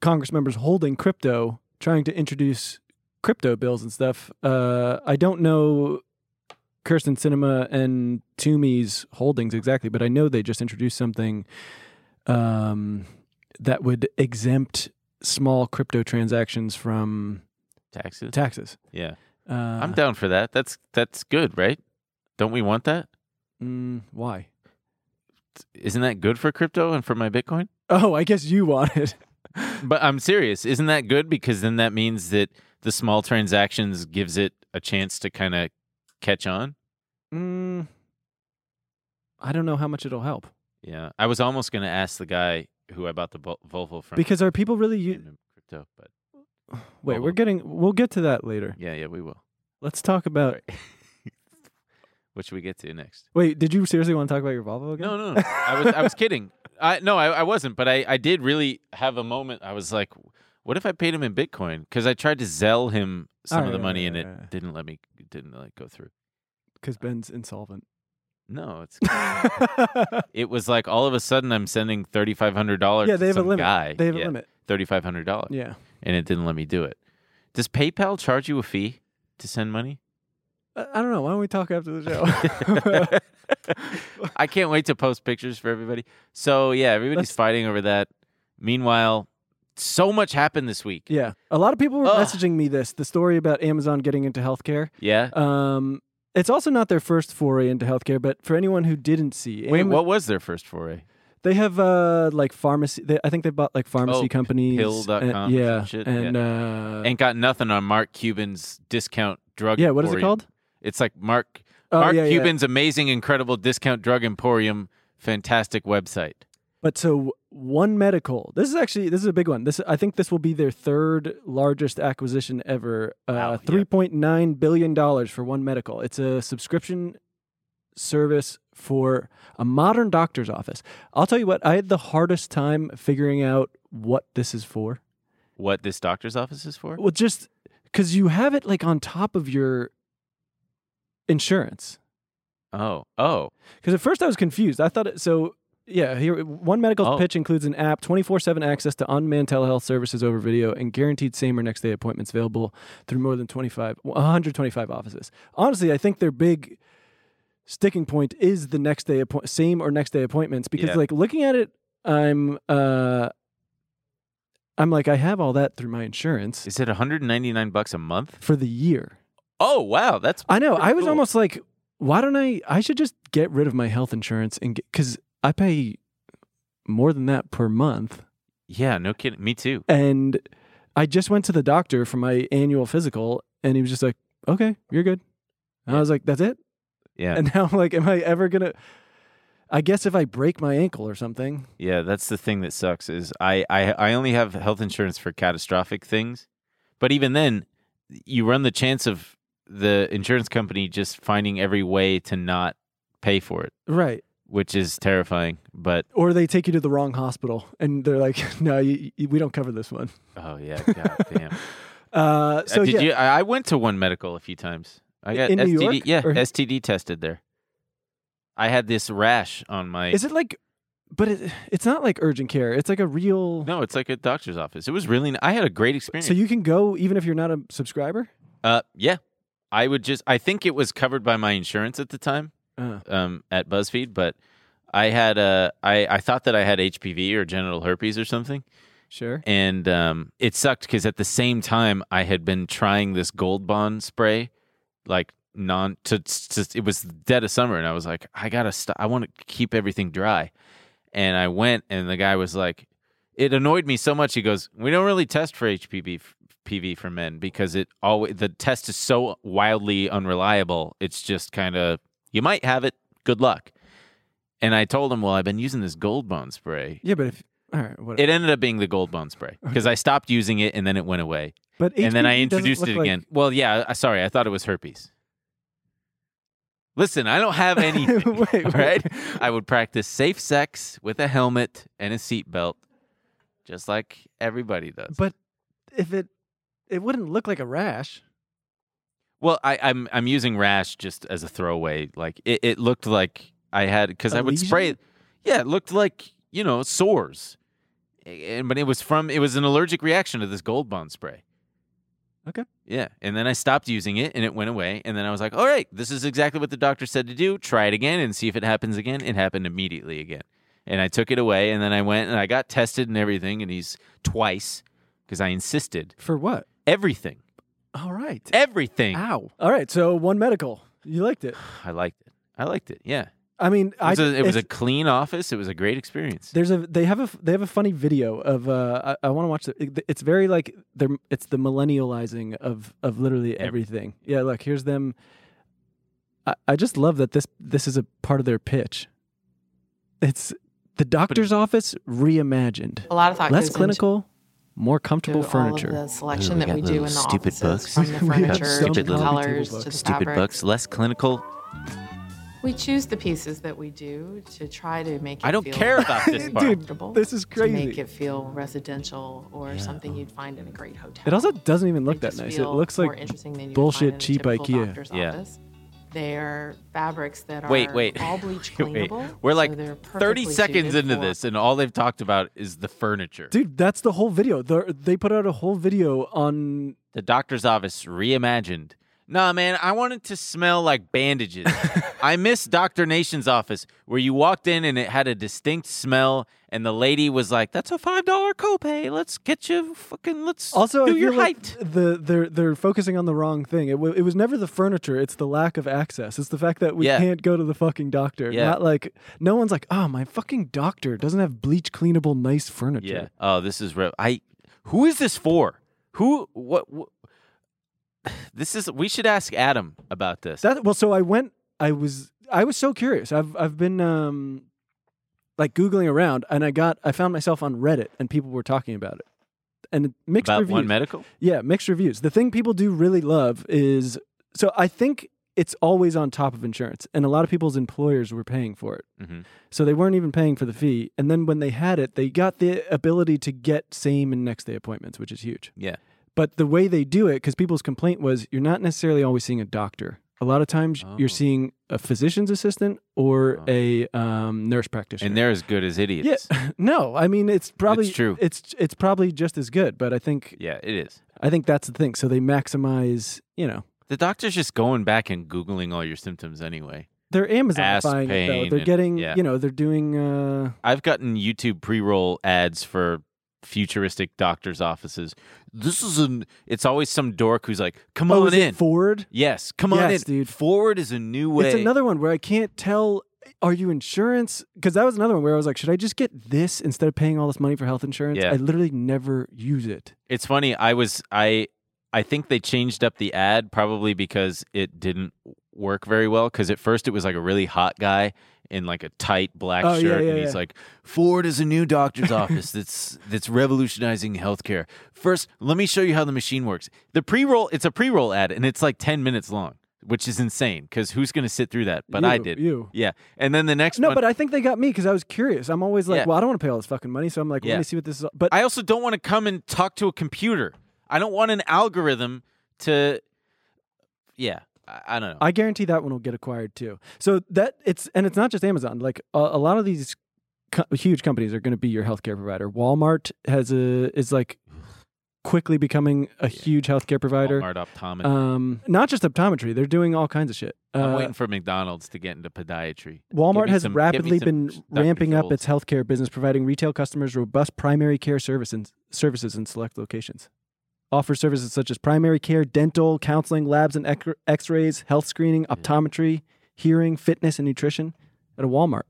Speaker 1: Congress members holding crypto, trying to introduce crypto bills and stuff. Uh, I don't know Kirsten Cinema and Toomey's holdings exactly, but I know they just introduced something um, that would exempt small crypto transactions from
Speaker 3: Taxes,
Speaker 1: taxes.
Speaker 3: yeah,
Speaker 1: Uh,
Speaker 3: I'm down for that. That's that's good, right? Don't we want that?
Speaker 1: Mm, why?
Speaker 3: Isn't that good for crypto and for my Bitcoin?
Speaker 1: Oh, I guess you want it.
Speaker 3: But I'm serious. Isn't that good? Because then that means that the small transactions gives it a chance to kind of catch on.
Speaker 1: Mm, I don't know how much it'll help
Speaker 3: Yeah, I was almost going to ask the guy who I bought the Vol- Volvo from
Speaker 1: because are people really? U-
Speaker 3: crypto, but
Speaker 1: Wait,
Speaker 3: Hold
Speaker 1: we're
Speaker 3: on.
Speaker 1: getting. We'll get to that later.
Speaker 3: yeah, yeah, we will.
Speaker 1: Let's talk about.
Speaker 3: What should we get to next?
Speaker 1: Wait, did you seriously want to talk about your Volvo again?
Speaker 3: No, no, no. I was I was kidding. I no, I, I wasn't, but I, I did really have a moment. I was like, what if I paid him in Bitcoin? Because I tried to Zell him some of
Speaker 1: Alright,
Speaker 3: the money and
Speaker 1: alright,
Speaker 3: it
Speaker 1: alright.
Speaker 3: didn't let me didn't like go through.
Speaker 1: because Ben's insolvent.
Speaker 3: No, it's it was like all of a sudden I'm sending thirty five hundred dollars
Speaker 1: yeah,
Speaker 3: to
Speaker 1: they have a
Speaker 3: some
Speaker 1: limit.
Speaker 3: guy.
Speaker 1: They have
Speaker 3: yeah,
Speaker 1: a limit.
Speaker 3: Thirty five hundred dollars.
Speaker 1: Yeah.
Speaker 3: And it didn't let me do it. Does PayPal charge you a fee to send money?
Speaker 1: I, I don't know. Why don't we talk after the show?
Speaker 3: I can't wait to post pictures for everybody. So yeah, everybody's
Speaker 1: Let's-
Speaker 3: fighting over that. Meanwhile, so much happened this week.
Speaker 1: Yeah. A lot of people were
Speaker 3: Ugh.
Speaker 1: messaging me this the story about Amazon getting into healthcare.
Speaker 3: Yeah.
Speaker 1: Um, it's also not their first foray into healthcare, but for anyone who didn't see,
Speaker 3: Wait,
Speaker 1: Ama-
Speaker 3: what was their first foray?
Speaker 1: They have uh, like pharmacy. They, I think they bought like pharmacy
Speaker 3: Oh,
Speaker 1: companies.
Speaker 3: pill.com
Speaker 1: and- yeah,
Speaker 3: shit,
Speaker 1: and
Speaker 3: yeah.
Speaker 1: Uh,
Speaker 3: Ain't got nothing on Mark Cuban's discount drug.
Speaker 1: yeah, what is it
Speaker 3: emporium.
Speaker 1: called?
Speaker 3: It's like Mark
Speaker 1: Oh,
Speaker 3: Mark
Speaker 1: yeah, yeah.
Speaker 3: Cuban's amazing, incredible discount drug emporium. Fantastic website.
Speaker 1: But so one medical. This is actually this is a big one. This I think this will be their third largest acquisition ever.
Speaker 3: Wow, yeah.
Speaker 1: Uh, Three point nine billion dollars for one medical. It's a subscription service for a modern doctor's office. I'll tell you what. I had the hardest time figuring out what this is for.
Speaker 3: What this doctor's office is for?
Speaker 1: Well, just because you have it like on top of your insurance.
Speaker 3: Oh, oh,
Speaker 1: Because at first I was confused. I thought it, so. Yeah, here one medical
Speaker 3: Oh.
Speaker 1: pitch includes an app, twenty four seven access to on demand telehealth services over video, and guaranteed same or next day appointments available through more than 25, 125 offices. Honestly, I think their big sticking point is the next day appoint, same or next day appointments because
Speaker 3: Yeah.
Speaker 1: like looking at it, I'm uh, I'm like I have all that through my insurance
Speaker 3: is it 199 bucks a month?
Speaker 1: for the year.
Speaker 3: Oh, wow, that's
Speaker 1: I know.
Speaker 3: Pretty
Speaker 1: I was
Speaker 3: cool.
Speaker 1: almost like, why don't I? I should just get rid of my health insurance and because I pay more than that per month,
Speaker 3: yeah, no kidding. Me too.
Speaker 1: and I just went to the doctor for my annual physical, and he was just like, "Okay, you're good." And I was like, "That's it."
Speaker 3: Yeah,
Speaker 1: And now, like, am I ever gonna? I guess if I break my ankle or something,
Speaker 3: yeah, that's the thing that sucks is I, I I only have health insurance for catastrophic things, but even then, you run the chance of the insurance company just finding every way to not pay for it,
Speaker 1: right?
Speaker 3: which is terrifying. But
Speaker 1: Or they take you to the wrong hospital, and they're like, "No, you, you, we don't cover this one."
Speaker 3: oh yeah, god damn.
Speaker 1: Uh, so
Speaker 3: Uh, did
Speaker 1: yeah,
Speaker 3: you? I I went to one medical a few times. I got
Speaker 1: In
Speaker 3: STD.
Speaker 1: New York,
Speaker 3: yeah,
Speaker 1: or-
Speaker 3: STD tested there. I had this rash on my.
Speaker 1: is it like? But it, it's not like urgent care. It's like a real.
Speaker 3: no, it's like a doctor's office. It was really. n- I had a great experience.
Speaker 1: So you can go even if you're not a subscriber.
Speaker 3: Uh, yeah. I would just. I think it was covered by my insurance at the time.
Speaker 1: Uh,
Speaker 3: Um, at BuzzFeed, but I had a. I I thought that I had HPV or genital herpes or something,
Speaker 1: sure.
Speaker 3: and um, it sucked because at the same time I had been trying this Gold Bond spray, like non to, to it was dead of summer, and I was like, I gotta stop. I want to keep everything dry, and I went, and the guy was like, it annoyed me so much. He goes, we don't really test for HPV. f- PV for men because it always the test is so wildly unreliable. It's just kind of you might have it. Good luck. And I told him, well, I've been using this Gold Bond spray,
Speaker 1: Yeah, but if all right, whatever.
Speaker 3: it ended up being the gold bond spray because I stopped using it and then it went away.
Speaker 1: but
Speaker 3: and then I
Speaker 1: HPV doesn't
Speaker 3: introduced
Speaker 1: look
Speaker 3: it
Speaker 1: like-
Speaker 3: again. Well, yeah, I- sorry. I thought it was herpes. Listen, I don't have anything.
Speaker 1: Wait, wait.
Speaker 3: right? I would practice safe sex with a helmet and a seatbelt, just like everybody does.
Speaker 1: but if it, it wouldn't look like a rash.
Speaker 3: well, I, I'm I'm using rash just as a throwaway. Like it, it looked like I had because
Speaker 1: A
Speaker 3: I would spray
Speaker 1: lesion?
Speaker 3: it. Yeah, it looked like you know sores, and but it was from it was an allergic reaction to this gold bond spray.
Speaker 1: Okay.
Speaker 3: Yeah. And then I stopped using it and it went away. And then I was like, all right, this is exactly what the doctor said to do. Try it again and see if it happens again. It happened immediately again. And I took it away and then I went and I got tested and everything. And he's twice because I insisted.
Speaker 1: For what?
Speaker 3: Everything.
Speaker 1: All right.
Speaker 3: Everything.
Speaker 1: Ow. All right. So one medical. You liked it.
Speaker 3: I liked it. I liked it. Yeah.
Speaker 1: I mean,
Speaker 3: It was,
Speaker 1: I.
Speaker 3: a it was a
Speaker 1: if-
Speaker 3: clean office. It was a great experience.
Speaker 1: There's a they have a they have a funny video of uh I, I want to watch the, it's very like they're it's the millennializing of of literally
Speaker 3: Every-
Speaker 1: everything. Yeah, look here's them. I, I just love that this this is a part of their pitch. It's the doctor's office reimagined.
Speaker 6: A lot of thought
Speaker 1: uh, less
Speaker 6: goes
Speaker 1: clinical, more
Speaker 6: into
Speaker 1: comfortable
Speaker 6: all of
Speaker 1: furniture.
Speaker 6: the selection
Speaker 3: we
Speaker 6: that
Speaker 3: got
Speaker 6: we do
Speaker 3: little
Speaker 6: in the
Speaker 3: stupid books.
Speaker 6: offices, from the
Speaker 1: We have
Speaker 6: furniture
Speaker 1: so
Speaker 6: to
Speaker 3: many
Speaker 6: the
Speaker 3: little
Speaker 6: colors
Speaker 1: books.
Speaker 6: to the
Speaker 3: Stupid
Speaker 6: fabrics.
Speaker 3: bucks, less clinical.
Speaker 6: We choose the pieces that we do to try to make. It
Speaker 3: I don't
Speaker 6: feel
Speaker 3: care about this part.
Speaker 1: Dude,
Speaker 6: comfortable,
Speaker 1: this is
Speaker 6: to
Speaker 1: crazy.
Speaker 6: make it feel residential or something you'd find in a great hotel.
Speaker 1: It also doesn't even look
Speaker 6: They
Speaker 1: that
Speaker 6: just
Speaker 1: nice. It
Speaker 6: feel
Speaker 1: looks
Speaker 6: more
Speaker 1: like
Speaker 6: interesting than you would
Speaker 1: bullshit
Speaker 6: find in a
Speaker 1: cheap
Speaker 6: typical
Speaker 1: IKEA.
Speaker 6: doctor's
Speaker 3: Yeah.
Speaker 6: office. They're fabrics that are
Speaker 3: Wait, wait.
Speaker 6: all bleach
Speaker 3: Wait,
Speaker 6: cleanable.
Speaker 3: We're
Speaker 6: so
Speaker 3: like
Speaker 6: they're
Speaker 3: 30
Speaker 6: perfectly
Speaker 3: seconds
Speaker 6: suited
Speaker 3: into
Speaker 6: for-
Speaker 3: this, and all they've talked about is the furniture.
Speaker 1: dude. That's the whole video. They're, they put out a whole video on
Speaker 3: The doctor's office reimagined. Nah, man, I wanted to smell like bandages. I miss Dr. Nation's office where you walked in and it had a distinct smell, and the lady was like, That's a $5 copay. Let's get you fucking, let's
Speaker 1: Also,
Speaker 3: do
Speaker 1: I
Speaker 3: your
Speaker 1: feel like
Speaker 3: height.
Speaker 1: The they're they're focusing on the wrong thing. It, w- it was never the furniture. It's the lack of access. It's the fact that we
Speaker 3: Yeah.
Speaker 1: can't go to the fucking doctor.
Speaker 3: Yeah.
Speaker 1: Not like no one's like, oh, my fucking doctor doesn't have bleach cleanable nice furniture.
Speaker 3: Yeah. Oh, this is real. I. Who is this for? Who? What? what this is. We should ask Adam about this.
Speaker 1: That well, so I went. I was I was so curious. I've I've been um like googling around, and I got I found myself on Reddit, and people were talking about it, and mixed
Speaker 3: about
Speaker 1: reviews.
Speaker 3: one medical.
Speaker 1: Yeah, mixed reviews. The thing people do really love is so I think it's always on top of insurance, and a lot of people's employers were paying for it.
Speaker 3: Mhm.
Speaker 1: So they weren't even paying for the fee. And then when they had it, they got the ability to get same and next day appointments, which is huge.
Speaker 3: Yeah.
Speaker 1: But the way they do it, because people's complaint was you're not necessarily always seeing a doctor. A lot of times
Speaker 3: Oh.
Speaker 1: you're seeing a physician's assistant or a um, nurse practitioner.
Speaker 3: And they're as good as idiots.
Speaker 1: yeah, no, I mean it's probably
Speaker 3: true.
Speaker 1: It's it's probably just as good, but I think
Speaker 3: Yeah, it is.
Speaker 1: I think that's the thing. So they maximize, you know,
Speaker 3: The doctor's just going back and googling all your symptoms anyway.
Speaker 1: they're
Speaker 3: Ass
Speaker 1: Amazonifying it
Speaker 3: pain
Speaker 1: though. They're
Speaker 3: and-
Speaker 1: getting,
Speaker 3: yeah.
Speaker 1: you know, they're doing. uh
Speaker 3: I've gotten YouTube pre-roll ads for futuristic doctors' offices. This is an. It's always some dork who's like, "Come
Speaker 1: oh,
Speaker 3: on
Speaker 1: is it
Speaker 3: in."
Speaker 1: Ford.
Speaker 3: yes, come on
Speaker 1: Yes,
Speaker 3: in,
Speaker 1: dude.
Speaker 3: Forward is a new way.
Speaker 1: It's another one where I can't tell. Are you insurance? Because that was another one where I was like, should I just get this instead of paying all this money for health insurance?
Speaker 3: Yeah.
Speaker 1: I literally never use it.
Speaker 3: It's funny. I was I I think they changed up the ad probably because it didn't work very well. Because at first it was like a really hot guy in like a tight black
Speaker 1: Oh, yeah,
Speaker 3: shirt,
Speaker 1: yeah,
Speaker 3: and he's
Speaker 1: yeah.
Speaker 3: like, "Ford is a new doctor's office that's that's revolutionizing healthcare." First, let me show you how the machine works. The pre roll. It's a pre roll ad, and it's like ten minutes long. Which is insane because who's going to sit through that? But I
Speaker 1: You-
Speaker 3: did.
Speaker 1: you.
Speaker 3: Yeah. And then the next
Speaker 1: No,
Speaker 3: one.
Speaker 1: but I think they got me because I was curious. I'm always like,
Speaker 3: Yeah.
Speaker 1: well, I don't want to pay all this fucking money, so I'm like,
Speaker 3: Yeah.
Speaker 1: let me see what this is. all- But
Speaker 3: I also don't want to come and talk to a computer. I don't want an algorithm to. Yeah, I, I don't know.
Speaker 1: I guarantee that one will get acquired too. So that it's and it's not just Amazon. Like a, a lot of these co- huge companies are going to be your healthcare provider. Walmart has a is like quickly becoming a huge healthcare provider.
Speaker 3: Walmart optometry.
Speaker 1: Um, not just optometry; they're doing all kinds of shit.
Speaker 3: I'm
Speaker 1: Uh,
Speaker 3: waiting for McDonald's to get into podiatry. Give
Speaker 1: Walmart
Speaker 3: me
Speaker 1: has
Speaker 3: some- give me
Speaker 1: rapidly
Speaker 3: some
Speaker 1: been
Speaker 3: Dr.
Speaker 1: ramping up
Speaker 3: Scholl's.
Speaker 1: its healthcare business, providing retail customers robust primary care services services in select locations. Offers services such as primary care, dental, counseling, labs and ec- X-rays, health screening, optometry, hearing, fitness, and nutrition at a Walmart.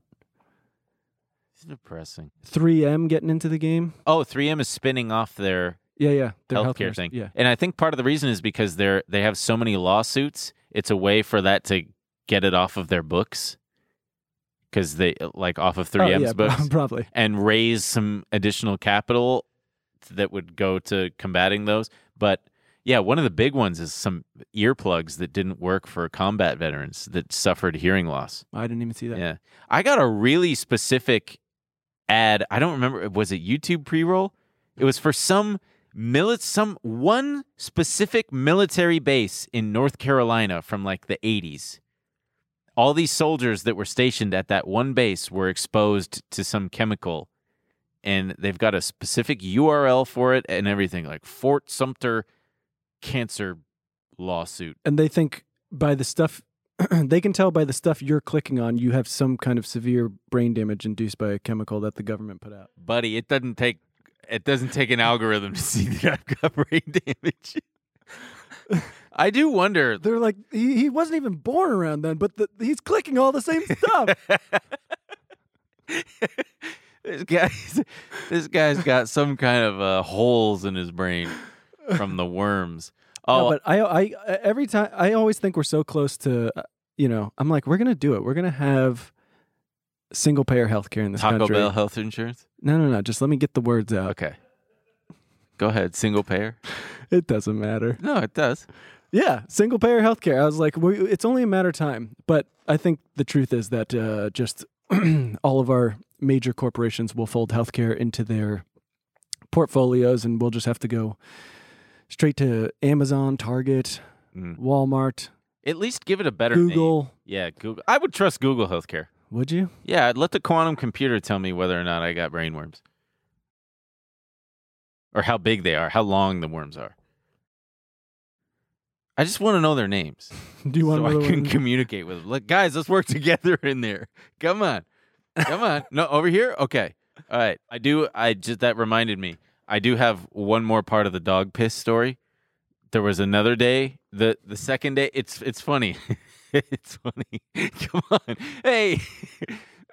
Speaker 3: It's depressing.
Speaker 1: 3M getting into the game.
Speaker 3: Oh, 3M is spinning off their
Speaker 1: Yeah, yeah, their
Speaker 3: healthcare thing.
Speaker 1: Yeah,
Speaker 3: And I think part of the reason is because they're they have so many lawsuits. It's a way for that to get it off of their books. Cuz they like off of 3M's
Speaker 1: Oh, yeah, prob-
Speaker 3: books
Speaker 1: probably.
Speaker 3: and raise some additional capital that would go to combating those. But yeah, one of the big ones is some earplugs that didn't work for combat veterans that suffered hearing loss.
Speaker 1: I didn't even see that.
Speaker 3: Yeah. I got a really specific ad. I don't remember. Was it YouTube pre roll? It was for some milit, some one specific military base in North Carolina from like the 80s. All these soldiers that were stationed at that one base were exposed to some chemical, and they've got a specific URL for it and everything, like Fort Sumter cancer lawsuit.
Speaker 1: And they think by the stuff they can tell by the stuff you're clicking on, you have some kind of severe brain damage induced by a chemical that the government put out.
Speaker 3: buddy, it doesn't take it doesn't take an algorithm to see that I've got brain damage. I do wonder.
Speaker 1: They're like, he, he wasn't even born around then, but the, he's clicking all the same stuff.
Speaker 3: This guy's this guy's got some kind of uh, holes in his brain from the worms.
Speaker 1: No,
Speaker 3: Oh,
Speaker 1: but I, I, every time, I always think we're so close to, uh, you know, I'm like, we're going to do it. We're going to have single payer healthcare in this
Speaker 3: Taco
Speaker 1: country.
Speaker 3: Bell health insurance.
Speaker 1: No, no, no. Just let me get the words out.
Speaker 3: Okay, go ahead. Single payer.
Speaker 1: It doesn't matter.
Speaker 3: No, it does.
Speaker 1: Yeah. Single payer healthcare. I was like, we, it's only a matter of time. But I think the truth is that uh, just all of our major corporations will fold healthcare into their portfolios and we'll just have to go straight to Amazon, Target, Walmart,
Speaker 3: At least give it a Mm. better name.
Speaker 1: Google.
Speaker 3: Yeah, Google. I would trust Google healthcare.
Speaker 1: Would you?
Speaker 3: Yeah, I'd let the quantum computer tell me whether or not I got brain worms. Or how big they are, how long the worms are. I just want to know their names.
Speaker 1: Do you want
Speaker 3: so I
Speaker 1: another
Speaker 3: can
Speaker 1: one?
Speaker 3: communicate with them. Look, guys, let's work together in there. Come on, come on. No, over here. Okay, all right. I do. I just that reminded me. I do have one more part of the dog piss story. There was another day. the The second day, it's it's funny. it's funny. Come on. Hey.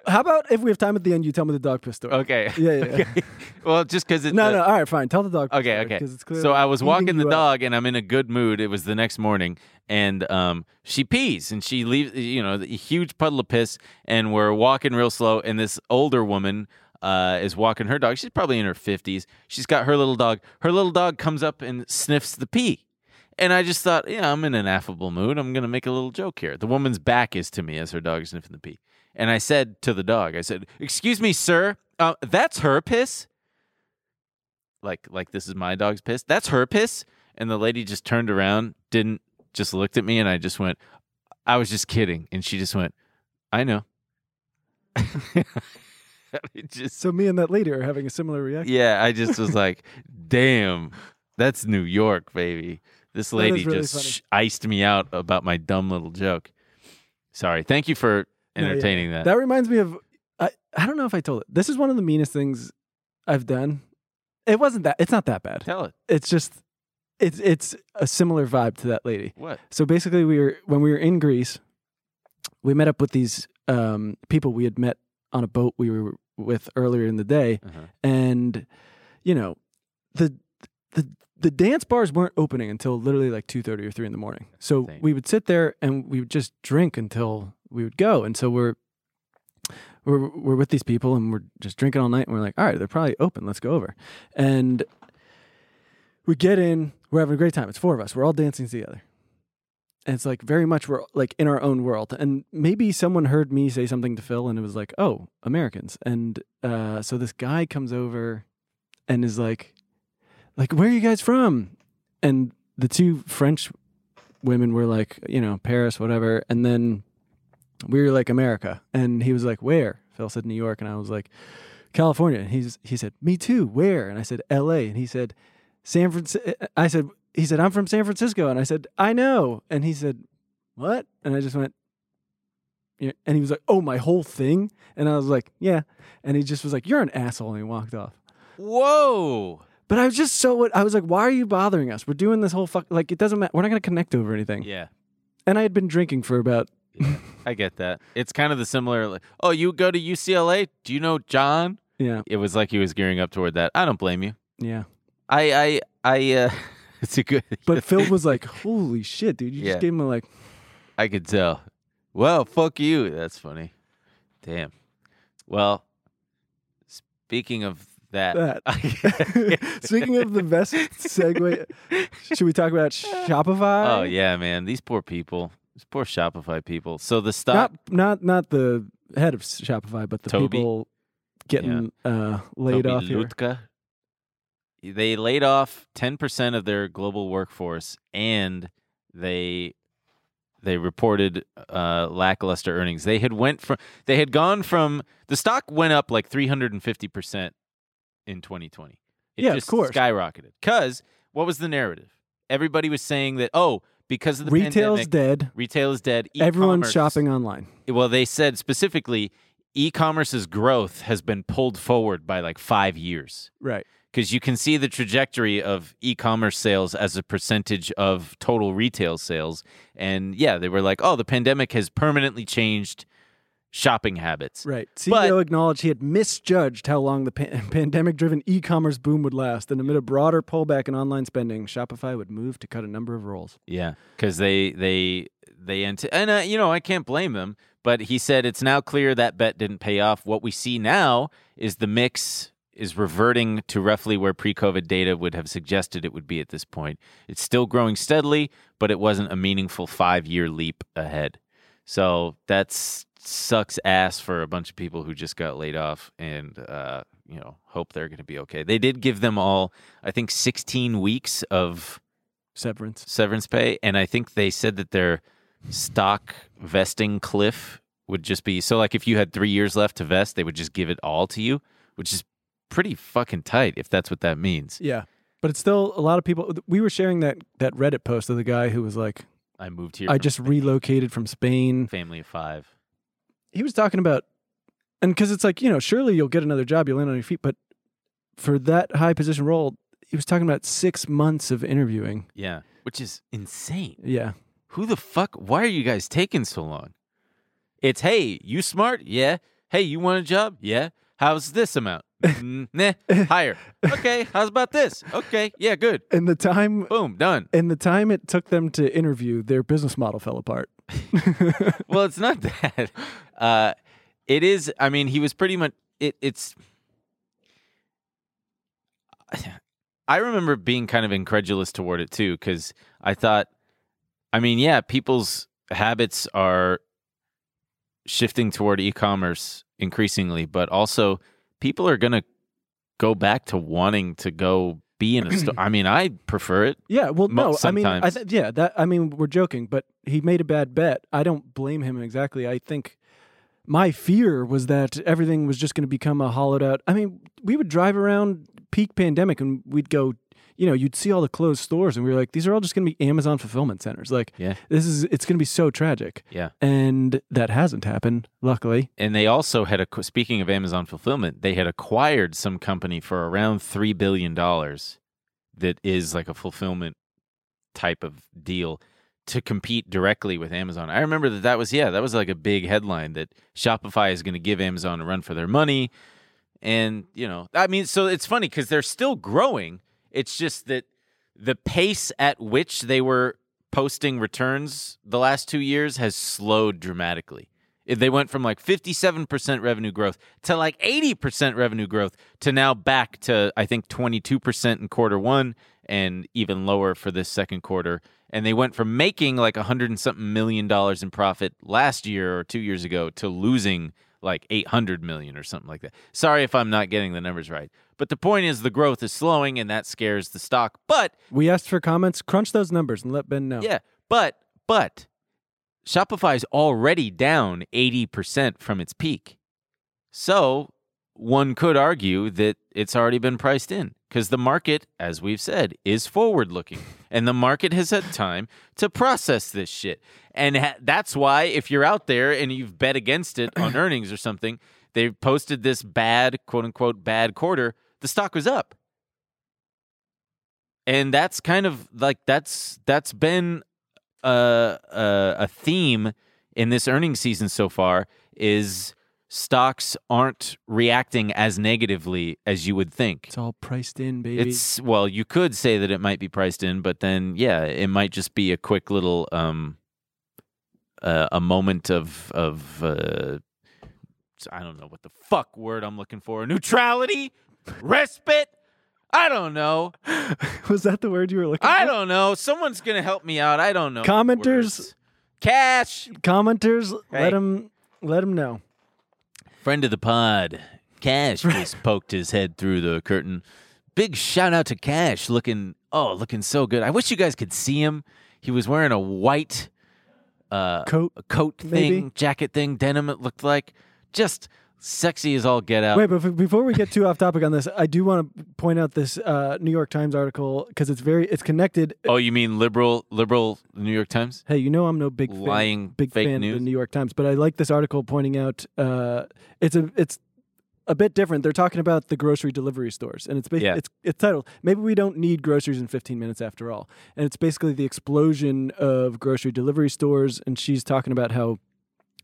Speaker 1: How about if we have time at the end, you tell me the dog piss story?
Speaker 3: Okay.
Speaker 1: Yeah, yeah. yeah.
Speaker 3: Okay. Well, just because it's
Speaker 1: No,
Speaker 3: a-
Speaker 1: no. All right, fine. Tell the dog. piss
Speaker 3: Okay,
Speaker 1: story,
Speaker 3: okay.
Speaker 1: 'cause it's clearly
Speaker 3: So I was
Speaker 1: eating
Speaker 3: walking
Speaker 1: you uh,
Speaker 3: the
Speaker 1: up.
Speaker 3: dog and I'm in a good mood. It was the next morning and um she pees and she leaves you know, a huge puddle of piss and we're walking real slow and this older woman uh, is walking her dog. She's probably in her 50s. She's got her little dog. Her little dog comes up and sniffs the pee. And I just thought, yeah, I'm in an affable mood. I'm going to make a little joke here. The woman's back is to me as her dog is sniffing the pee. And I said to the dog, I said, Excuse me, sir, uh, that's her piss? Like, like this is my dog's piss? That's her piss? And the lady just turned around, didn't, just looked at me, and I just went, I was just kidding. And she just went, I know. It just
Speaker 1: So me and that lady are having a similar reaction.
Speaker 3: Yeah, I just was like, damn, that's New York, baby. This
Speaker 1: That
Speaker 3: lady
Speaker 1: is really
Speaker 3: just
Speaker 1: funny.
Speaker 3: sh- iced me out about my dumb little joke. Sorry. Thank you for
Speaker 1: No, yeah.
Speaker 3: entertaining that.
Speaker 1: That reminds me of I, I don't know if I told it. This is one of the meanest things I've done. It wasn't that it's not that bad.
Speaker 3: Tell it.
Speaker 1: It's just it's it's a similar vibe to that lady.
Speaker 3: What?
Speaker 1: So basically we were when we were in Greece, we met up with these um, people we had met on a boat we were with earlier in the day
Speaker 3: Uh-huh.
Speaker 1: and you know the the the dance bars weren't opening until literally like 2.30 or 3 in the morning so
Speaker 3: Insane.
Speaker 1: we would sit there and we would just drink until we would go and so we're we're we're with these people and we're just drinking all night and we're like all right they're probably open let's go over and we get in we're having a great time it's four of us we're all dancing together and it's like very much we're like in our own world and maybe someone heard me say something to phil and it was like oh americans and uh, so this guy comes over and is like like where are you guys from and the two french women were like you know paris whatever and then we were like america and he was like where phil said new york and i was like california and he's he said me too where and i said la and he said san francisco i said he said i'm from san francisco and i said i know and he said what and i just went "Yeah." and he was like oh my whole thing and i was like yeah and he just was like you're an asshole and he walked off
Speaker 3: Whoa.
Speaker 1: but I was just so I was like, why are you bothering us? We're doing this whole fuck like it doesn't matter. We're not gonna connect over anything.
Speaker 3: Yeah.
Speaker 1: And I had been drinking for about
Speaker 3: I get that. It's kind of the similar like, oh, you go to UCLA? Do you know John?
Speaker 1: yeah
Speaker 3: It was like he was gearing up toward that. I don't blame you.
Speaker 1: yeah.
Speaker 3: I I I uh it's a good
Speaker 1: But Phil was like, holy shit, dude! You
Speaker 3: Yeah.
Speaker 1: just gave him a like.
Speaker 3: I could tell. Well, fuck you. That's funny. Damn. Well, speaking of that,
Speaker 1: That. Speaking of the best segue, should we talk about Shopify?
Speaker 3: oh yeah, man, these poor people, these poor Shopify people. So the
Speaker 1: Not
Speaker 3: stock,
Speaker 1: not not the head of Shopify, but the
Speaker 3: Toby?
Speaker 1: people getting uh, laid
Speaker 3: Toby
Speaker 1: off here.
Speaker 3: Lutka, they laid off ten percent of their global workforce, and they they reported uh, lackluster earnings. They had went from they had gone from the stock went up like three hundred and fifty percent in twenty twenty. It
Speaker 1: Yeah, of
Speaker 3: just
Speaker 1: course.
Speaker 3: skyrocketed. Because what was the narrative? Everybody was saying that oh, because of the
Speaker 1: Retail's
Speaker 3: pandemic,
Speaker 1: dead.
Speaker 3: retail is dead.
Speaker 1: Everyone's
Speaker 3: e-commerce-
Speaker 1: shopping online.
Speaker 3: Well, they said specifically, e-commerce's growth has been pulled forward by like five years
Speaker 1: Right.
Speaker 3: because you can see the trajectory of e-commerce sales as a percentage of total retail sales and yeah they were like oh the pandemic has permanently changed shopping habits
Speaker 1: Right. CEO
Speaker 3: But-
Speaker 1: E acknowledged he had misjudged how long the pan- pandemic driven e commerce boom would last. And amid a broader pullback in online spending, Shopify would move to cut a number of roles.
Speaker 3: yeah because they they they ant- and uh, you know i can't blame them but he said it's now clear that bet didn't pay off what we see now is the mix is reverting to roughly where pre-covid data would have suggested it would be at this point it's still growing steadily but it wasn't a meaningful five-year leap ahead So that's sucks ass for a bunch of people who just got laid off and uh, you know, hope they're gonna be okay. They did give them all, I think, sixteen weeks of
Speaker 1: Severance.
Speaker 3: severance pay, and I think they said that their stock vesting cliff would just be so like if you had three years left to vest, they would just give it all to you, which is pretty fucking tight if that's what that means.
Speaker 1: Yeah. But it's still a lot of people. We were sharing that that Reddit post of the guy who was like,
Speaker 3: I moved here
Speaker 1: I
Speaker 3: from
Speaker 1: just relocated from Spain."
Speaker 3: Family of five.
Speaker 1: He was talking about, and because it's like you know, surely you'll get another job, you'll land on your feet. But for that high position role, he was talking about six months of interviewing.
Speaker 3: Yeah, which is insane.
Speaker 1: Yeah,
Speaker 3: Who the fuck? Why are you guys taking so long? It's hey, you smart? Yeah. Hey, you want a job? Yeah. How's this amount? Mm, nah, higher. Okay. How's about this? Okay. Yeah, good.
Speaker 1: and the time,
Speaker 3: Boom, done.
Speaker 1: and the time it took them to interview, their business model fell apart.
Speaker 3: Well, it's not that. Uh, it is. I mean, he was pretty much. It, it's. I remember being kind of incredulous toward it too, because I thought, I mean, yeah, people's habits are shifting toward e-commerce increasingly, but also people are gonna go back to wanting to go be in a store. I mean, I prefer it.
Speaker 1: Yeah, well,
Speaker 3: Mo-
Speaker 1: no, I mean, I
Speaker 3: sometimes.
Speaker 1: th- yeah, that I mean, we're joking, but he made a bad bet. I don't blame him exactly. I think my fear was that everything was just going to become a hollowed out. I mean, we would drive around peak pandemic and we'd go, you know, you'd see all the closed stores, and we were like, these are all just going to be Amazon fulfillment centers. Like,
Speaker 3: Yeah.
Speaker 1: this is it's going to be so tragic,
Speaker 3: Yeah.
Speaker 1: and that hasn't happened, luckily.
Speaker 3: and they also had a speaking of Amazon fulfillment, they had acquired some company for around three billion dollars that is like a fulfillment type of deal to compete directly with Amazon. I remember that that was yeah, that was like a big headline that Shopify is going to give Amazon a run for their money and, you know, I mean so it's funny cuz they're still growing. It's just that the pace at which they were posting returns the last 2 years has slowed dramatically. If They went from like 57% revenue growth to like 80% revenue growth to now back to, I think, 22% in quarter one and even lower for this second quarter. And they went from making like 100 and something million dollars in profit last year or two years ago to losing like 800 million or something like that. Sorry if I'm not getting the numbers right. But the point is the growth is slowing and that scares the stock. But
Speaker 1: We asked for comments. Crunch those numbers and let Ben know.
Speaker 3: yeah, but but Shopify's already down 80% from its peak. So, one could argue that it's already been priced in because the market, as we've said, is forward looking and the market has had time to process this shit. And ha- that's why if you're out there and you've bet against it on earnings or something, they posted this bad, quote unquote, bad quarter, the stock was up and that's kind of like that's that's been a a, a theme in this earnings season so far is stocks aren't reacting as negatively as you would think.
Speaker 1: it's all priced in, baby.
Speaker 3: It's well, you could say that it might be priced in, but then yeah, it might just be a quick little um uh, a moment of of uh I don't know what the fuck word I'm looking for. Neutrality? Respite? I don't know.
Speaker 1: was that the word you were looking?
Speaker 3: I
Speaker 1: for?
Speaker 3: don't know. Someone's gonna help me out. I don't know.
Speaker 1: Commenters.
Speaker 3: words. Cash,
Speaker 1: Commenters, let
Speaker 3: Hey.
Speaker 1: him let him know.
Speaker 3: friend of the pod. Cash just poked his head through the curtain. Big shout out to Cash, looking oh, looking so good. I wish you guys could see him. He was wearing a white uh,
Speaker 1: Coat,
Speaker 3: a coat thing,
Speaker 1: maybe?
Speaker 3: jacket thing, denim. It looked like just sexy as all get out.
Speaker 1: Wait, but f- before we get too off topic on this, I do want to point out this uh, New York Times article because it's very it's connected.
Speaker 3: oh, you mean liberal, liberal New York Times?
Speaker 1: Hey, you know I'm no big
Speaker 3: Lying
Speaker 1: fan, big
Speaker 3: fake
Speaker 1: fan of
Speaker 3: news?
Speaker 1: the New York Times, but I like this article pointing out uh, it's a it's a bit different. They're talking about the grocery delivery stores, and it's bas-
Speaker 3: Yeah.
Speaker 1: it's it's titled "Maybe We Don't Need Groceries in 15 Minutes After All," and it's basically the explosion of grocery delivery stores. And she's talking about how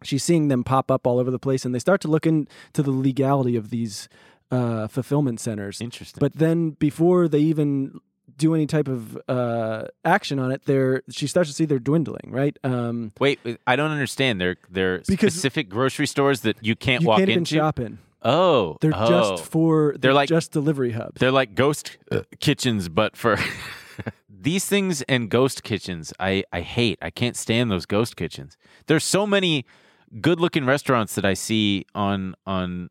Speaker 1: she's seeing them pop up all over the place, and they start to look into the legality of these uh, fulfillment centers.
Speaker 3: Interesting.
Speaker 1: But then before they even do any type of uh, action on it, they're she starts to see they're dwindling, right? Um,
Speaker 3: Wait, wait, I don't understand. They're they're
Speaker 1: Because-
Speaker 3: specific grocery stores that you can't
Speaker 1: you
Speaker 3: walk
Speaker 1: can't even
Speaker 3: into.
Speaker 1: shop in.
Speaker 3: Oh,
Speaker 1: They're
Speaker 3: oh.
Speaker 1: just for they're,
Speaker 3: like-
Speaker 1: just delivery hubs.
Speaker 3: They're like ghost uh, kitchens, but for these things and ghost kitchens, I, I hate. I can't stand those ghost kitchens. There's so many good looking restaurants that I see on on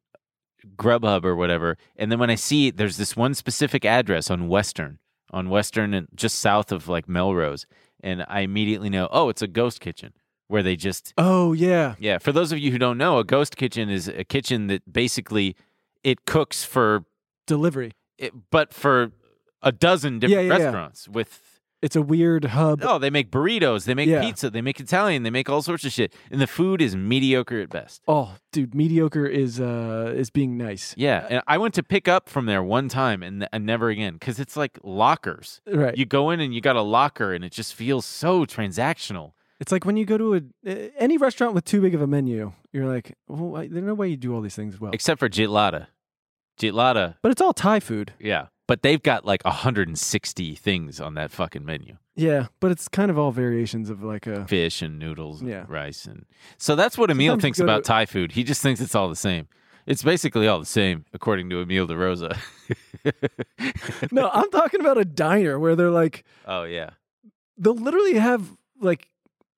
Speaker 3: Grubhub or whatever, and then when I see there's this one specific address on Western, on Western and just south of like Melrose, and I immediately know, oh, it's a ghost kitchen where they just
Speaker 1: Oh yeah,
Speaker 3: yeah, for those of you who don't know, a ghost kitchen is a kitchen that basically it cooks for
Speaker 1: delivery.
Speaker 3: it, but for a dozen different
Speaker 1: yeah, yeah.
Speaker 3: restaurants with
Speaker 1: It's a weird hub.
Speaker 3: oh, they make burritos, they make
Speaker 1: Yeah.
Speaker 3: pizza, they make Italian, they make all sorts of shit, and the food is mediocre at best.
Speaker 1: Oh, dude, mediocre is uh is being nice.
Speaker 3: Yeah, and I went to pick up from there one time and, and never again because it's like lockers.
Speaker 1: Right.
Speaker 3: You go in and you got a locker, and it just feels so transactional.
Speaker 1: It's like when you go to a any restaurant with too big of a menu, you're like, well, I- there's no way you do all these things well.
Speaker 3: Except for Jitlada, Jitlada,
Speaker 1: But it's all Thai food.
Speaker 3: yeah. But they've got like 160 things on that fucking menu.
Speaker 1: Yeah, but it's kind of all variations of like a
Speaker 3: fish and noodles and
Speaker 1: Yeah.
Speaker 3: rice and so that's what Emil
Speaker 1: Sometimes
Speaker 3: thinks
Speaker 1: you go
Speaker 3: about
Speaker 1: to-
Speaker 3: Thai food. He just thinks it's all the same. It's basically all the same, according to Emil De Rosa.
Speaker 1: No, I'm talking about a diner where they're like
Speaker 3: oh yeah,
Speaker 1: they'll literally have like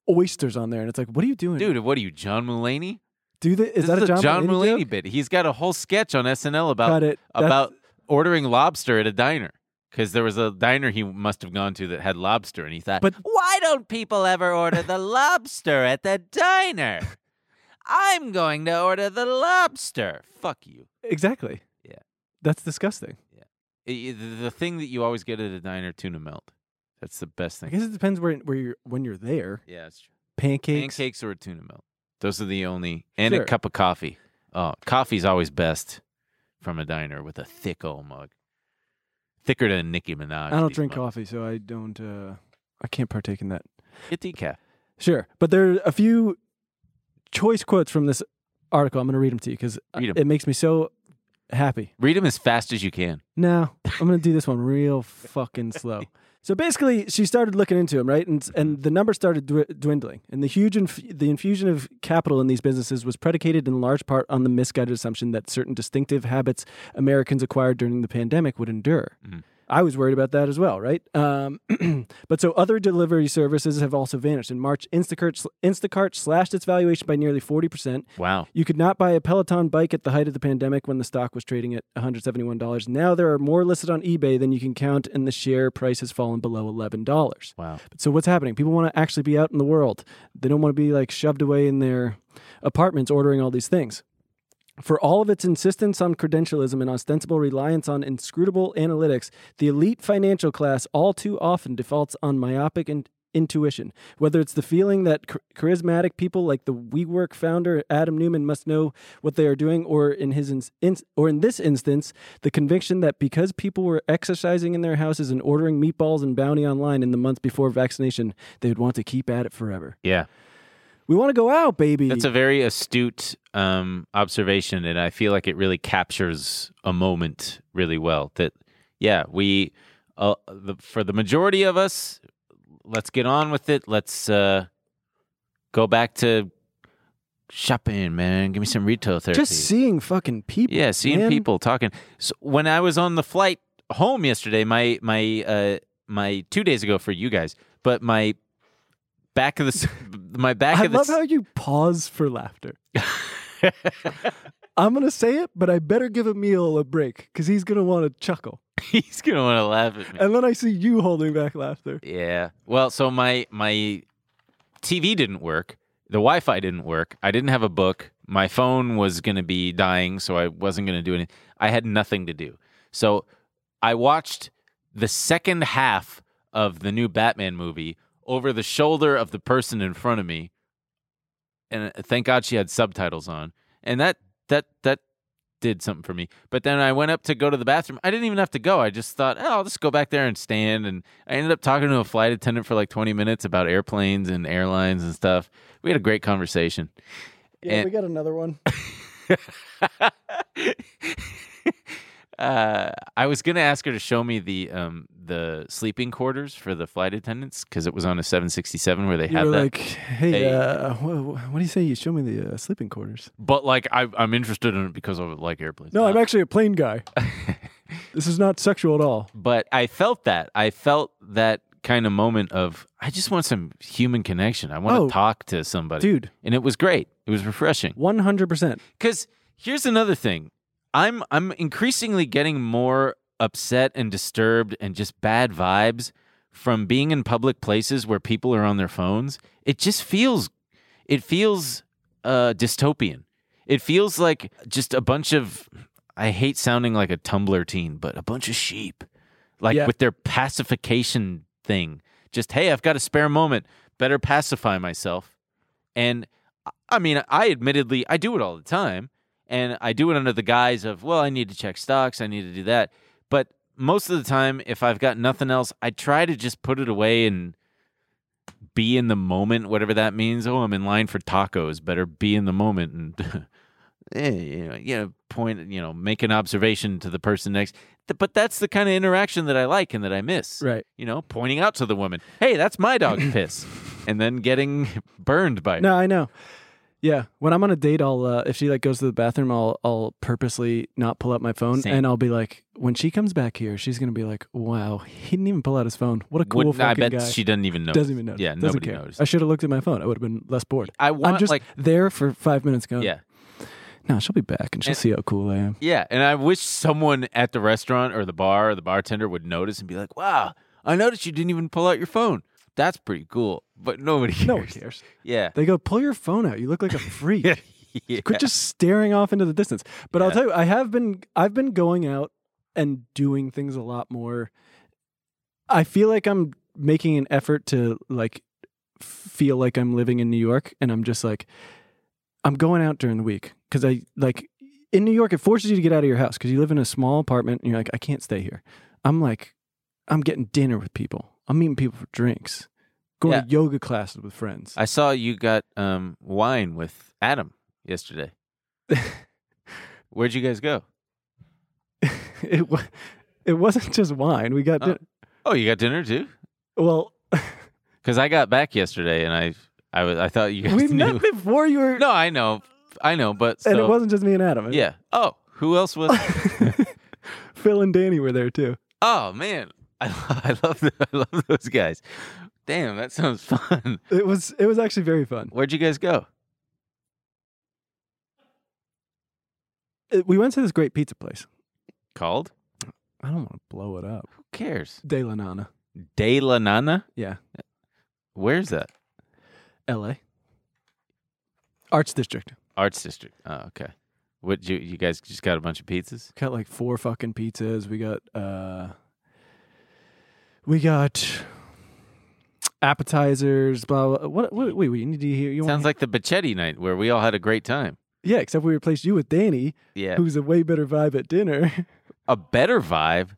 Speaker 1: oysters on there and it's like, what are you doing?
Speaker 3: dude, what are you, John Mulaney?
Speaker 1: do they, is
Speaker 3: This
Speaker 1: that a
Speaker 3: a
Speaker 1: John, Mulaney? joke?
Speaker 3: bit. He's got a whole sketch on SNL about
Speaker 1: Cut it. That's-
Speaker 3: about ordering lobster at a diner because there was a diner he must have gone to that had lobster, and he thought,
Speaker 1: But-
Speaker 3: why don't people ever order the lobster at the diner? I'm going to order the lobster. Fuck you.
Speaker 1: Exactly.
Speaker 3: Yeah.
Speaker 1: That's disgusting.
Speaker 3: I- I- The the thing that you always get at a diner, tuna melt. That's the best
Speaker 1: I
Speaker 3: thing.
Speaker 1: guess it depends where where you're when you're there.
Speaker 3: Yeah, it's true.
Speaker 1: Pancakes.
Speaker 3: Pancakes or a tuna melt. Those are the only, and
Speaker 1: Sure.
Speaker 3: a cup of coffee. Oh, coffee's always best from a diner with a thick old mug, thicker than Nicki Minaj.
Speaker 1: I don't
Speaker 3: these
Speaker 1: drink
Speaker 3: mugs.
Speaker 1: coffee, so I don't uh I can't partake in that.
Speaker 3: Get decaf.
Speaker 1: Sure, but there are a few choice quotes from this article. I'm going to read them to you because
Speaker 3: Read 'em.
Speaker 1: it makes me so happy.
Speaker 3: Read them as fast as you can.
Speaker 1: No, I'm going to do this one real fucking slow. So basically, she started looking into him, right? And and the number started dwi- dwindling. And the huge inf- the infusion of capital in these businesses was predicated in large part on the misguided assumption that certain distinctive habits Americans acquired during the pandemic would endure. I was worried about that as well, right? Um, but so other delivery services have also vanished. In March, Instacart sl- Instacart slashed its valuation by nearly forty percent.
Speaker 3: Wow.
Speaker 1: You could not buy a Peloton bike at the height of the pandemic when the stock was trading at $171. Now there are more listed on eBay than you can count, and the share price has fallen below $11.
Speaker 3: Wow.
Speaker 1: So what's happening? People want to actually be out in the world. They don't want to be like shoved away in their apartments ordering all these things. For all of its insistence on credentialism and ostensible reliance on inscrutable analytics, the elite financial class all too often defaults on myopic and intuition. Whether it's the feeling that char- charismatic people like the WeWork founder Adam Newman must know what they are doing, or in his ins- ins- or in this instance, the conviction that because people were exercising in their houses and ordering meatballs and bounty online in the months before vaccination, they would want to keep at it forever.
Speaker 3: Yeah.
Speaker 1: We want to go out, baby.
Speaker 3: That's a very astute um, observation, and I feel like it really captures a moment really well. That, yeah, we, uh, the, for the majority of us, let's get on with it. Let's uh, go back to shopping, man. Give me some retail therapy.
Speaker 1: just seeing fucking people.
Speaker 3: Yeah, seeing
Speaker 1: man.
Speaker 3: people talking. So when I was on the flight home yesterday, my my uh my two days ago for you guys, but my back of the s- my back
Speaker 1: I
Speaker 3: of the
Speaker 1: love
Speaker 3: s-
Speaker 1: how you pause for laughter. I'm gonna say it, but I better give Emil a break because he's gonna want to chuckle.
Speaker 3: he's gonna want to laugh at me.
Speaker 1: And then I see you holding back laughter.
Speaker 3: Yeah. Well, so my my TV didn't work. The Wi-Fi didn't work. I didn't have a book. My phone was going to be dying, so I wasn't going to do anything. I had nothing to do. So I watched the second half of the new Batman movie over the shoulder of the person in front of me. And uh, thank God she had subtitles on. And that that that did something for me. But then I went up to go to the bathroom. I didn't even have to go. I just thought, oh, I'll just go back there and stand. And I ended up talking to a flight attendant for like 20 minutes about airplanes and airlines and stuff. We had a great conversation.
Speaker 1: Yeah,
Speaker 3: And-
Speaker 1: we got another one.
Speaker 3: uh, I was gonna ask her to show me the um, the sleeping quarters for the flight attendants because it was on a 767 where they
Speaker 1: You
Speaker 3: had
Speaker 1: were
Speaker 3: that.
Speaker 1: like, hey,
Speaker 3: Hey.
Speaker 1: Uh, what, what do you say? You show me the uh, sleeping quarters.
Speaker 3: but like, I, I'm interested in it because I like airplanes.
Speaker 1: No,
Speaker 3: Uh,
Speaker 1: I'm actually a plane guy. this is not sexual at all.
Speaker 3: but I felt that. I felt that kind of moment of I just want some human connection. I want
Speaker 1: Oh,
Speaker 3: to talk to somebody.
Speaker 1: dude.
Speaker 3: And it was great. It was refreshing.
Speaker 1: 100%.
Speaker 3: Cuz here's another thing. I'm I'm increasingly getting more upset and disturbed and just bad vibes from being in public places where people are on their phones. It just feels it feels uh dystopian. It feels like just a bunch of I hate sounding like a Tumblr teen, but a bunch of sheep like
Speaker 7: Yeah.
Speaker 3: with their pacification thing. Just hey, I've got a spare moment. Better pacify myself. And I- I mean, I admittedly I do it all the time, and I do it under the guise of well, I need to check stocks, I need to do that. But most of the time, if I've got nothing else, I try to just put it away and be in the moment, whatever that means. Oh, I'm in line for tacos. Better be in the moment and eh, you know, you know, point, you know, make an observation to the person next. Th- But that's the kind of interaction that I like and that I miss.
Speaker 7: Right.
Speaker 3: You know, pointing out to the woman, "Hey, that's my dog piss," and then getting burned by it.
Speaker 1: No, I know. Yeah, when I'm on a date, I'll uh, if she like goes to the bathroom, I'll I'll purposely not pull out my phone,
Speaker 3: Same.
Speaker 1: and I'll be like, when she comes back here, she's gonna be like, "Wow, he didn't even pull out his phone. What a cool
Speaker 3: Wouldn't-
Speaker 1: fucking
Speaker 3: I bet
Speaker 1: guy."
Speaker 3: she doesn't even
Speaker 1: Doesn't
Speaker 3: notice.
Speaker 1: even notice.
Speaker 3: Yeah,
Speaker 1: Doesn't
Speaker 3: nobody
Speaker 1: care.
Speaker 3: notices.
Speaker 1: I should have looked at my phone. I would have been less bored.
Speaker 3: I
Speaker 1: I'm
Speaker 3: want,
Speaker 1: just
Speaker 3: like-
Speaker 1: there for five minutes going.
Speaker 3: Yeah.
Speaker 1: No, she'll be back, and she'll
Speaker 3: And-
Speaker 1: see how cool I am.
Speaker 3: Yeah, and I wish someone at the restaurant or the bar or the bartender would notice and be like, "Wow, I noticed you didn't even pull out your phone. That's pretty cool." But nobody cares.
Speaker 1: No one cares.
Speaker 3: Yeah.
Speaker 1: They go, pull your phone out. You look like a freak.
Speaker 3: Yeah.
Speaker 1: Quit just staring off into the distance. But I'll
Speaker 3: Yeah.
Speaker 1: tell you, I have been I've been going out and doing things a lot more. I feel like I'm making an effort to like feel like I'm living in New York and I'm just like I'm going out during the week cuz I like in New York it forces you to get out of your house cuz you live in a small apartment and you're like I can't stay here. I'm like I'm getting dinner with people. I'm meeting people for drinks. Going to yoga classes with friends.
Speaker 3: I saw you got um, wine with Adam yesterday. Where'd you guys go?
Speaker 1: it wa- it wasn't just wine. We got
Speaker 3: Oh.
Speaker 1: di-
Speaker 3: Oh, you got dinner too?
Speaker 1: well.
Speaker 3: Because I got back yesterday, and I, I, was, I thought you guys
Speaker 1: we
Speaker 3: knew.
Speaker 1: met before you were,
Speaker 3: No, I know, I know, but
Speaker 1: and
Speaker 3: so-
Speaker 1: it wasn't just me and Adam.
Speaker 3: Yeah. Oh, who else was?
Speaker 1: Phil and Danny were there too.
Speaker 3: oh man, I, I love, the, I love those guys. Damn, that sounds fun.
Speaker 1: It was it was actually very fun.
Speaker 3: Where'd you guys go?
Speaker 1: It- Uh, we went to this great pizza place.
Speaker 3: Called?
Speaker 1: I don't want to blow it up.
Speaker 3: Who cares?
Speaker 1: De La Nana.
Speaker 3: De La Nana.
Speaker 1: Yeah,
Speaker 3: Where's that?
Speaker 1: L.A. Arts District.
Speaker 3: Arts District. Oh, okay. What you you guys just got a bunch of pizzas?
Speaker 1: Got like four fucking pizzas. We got uh, we got appetizers. Blah. blah. What? What? Wait. Wait. You need to hear. You want
Speaker 3: Sounds like the Bachetti night where we all had a great time.
Speaker 1: Yeah, except we replaced you with Danny,
Speaker 3: Yeah.
Speaker 1: who's a way better vibe at dinner.
Speaker 3: A better vibe.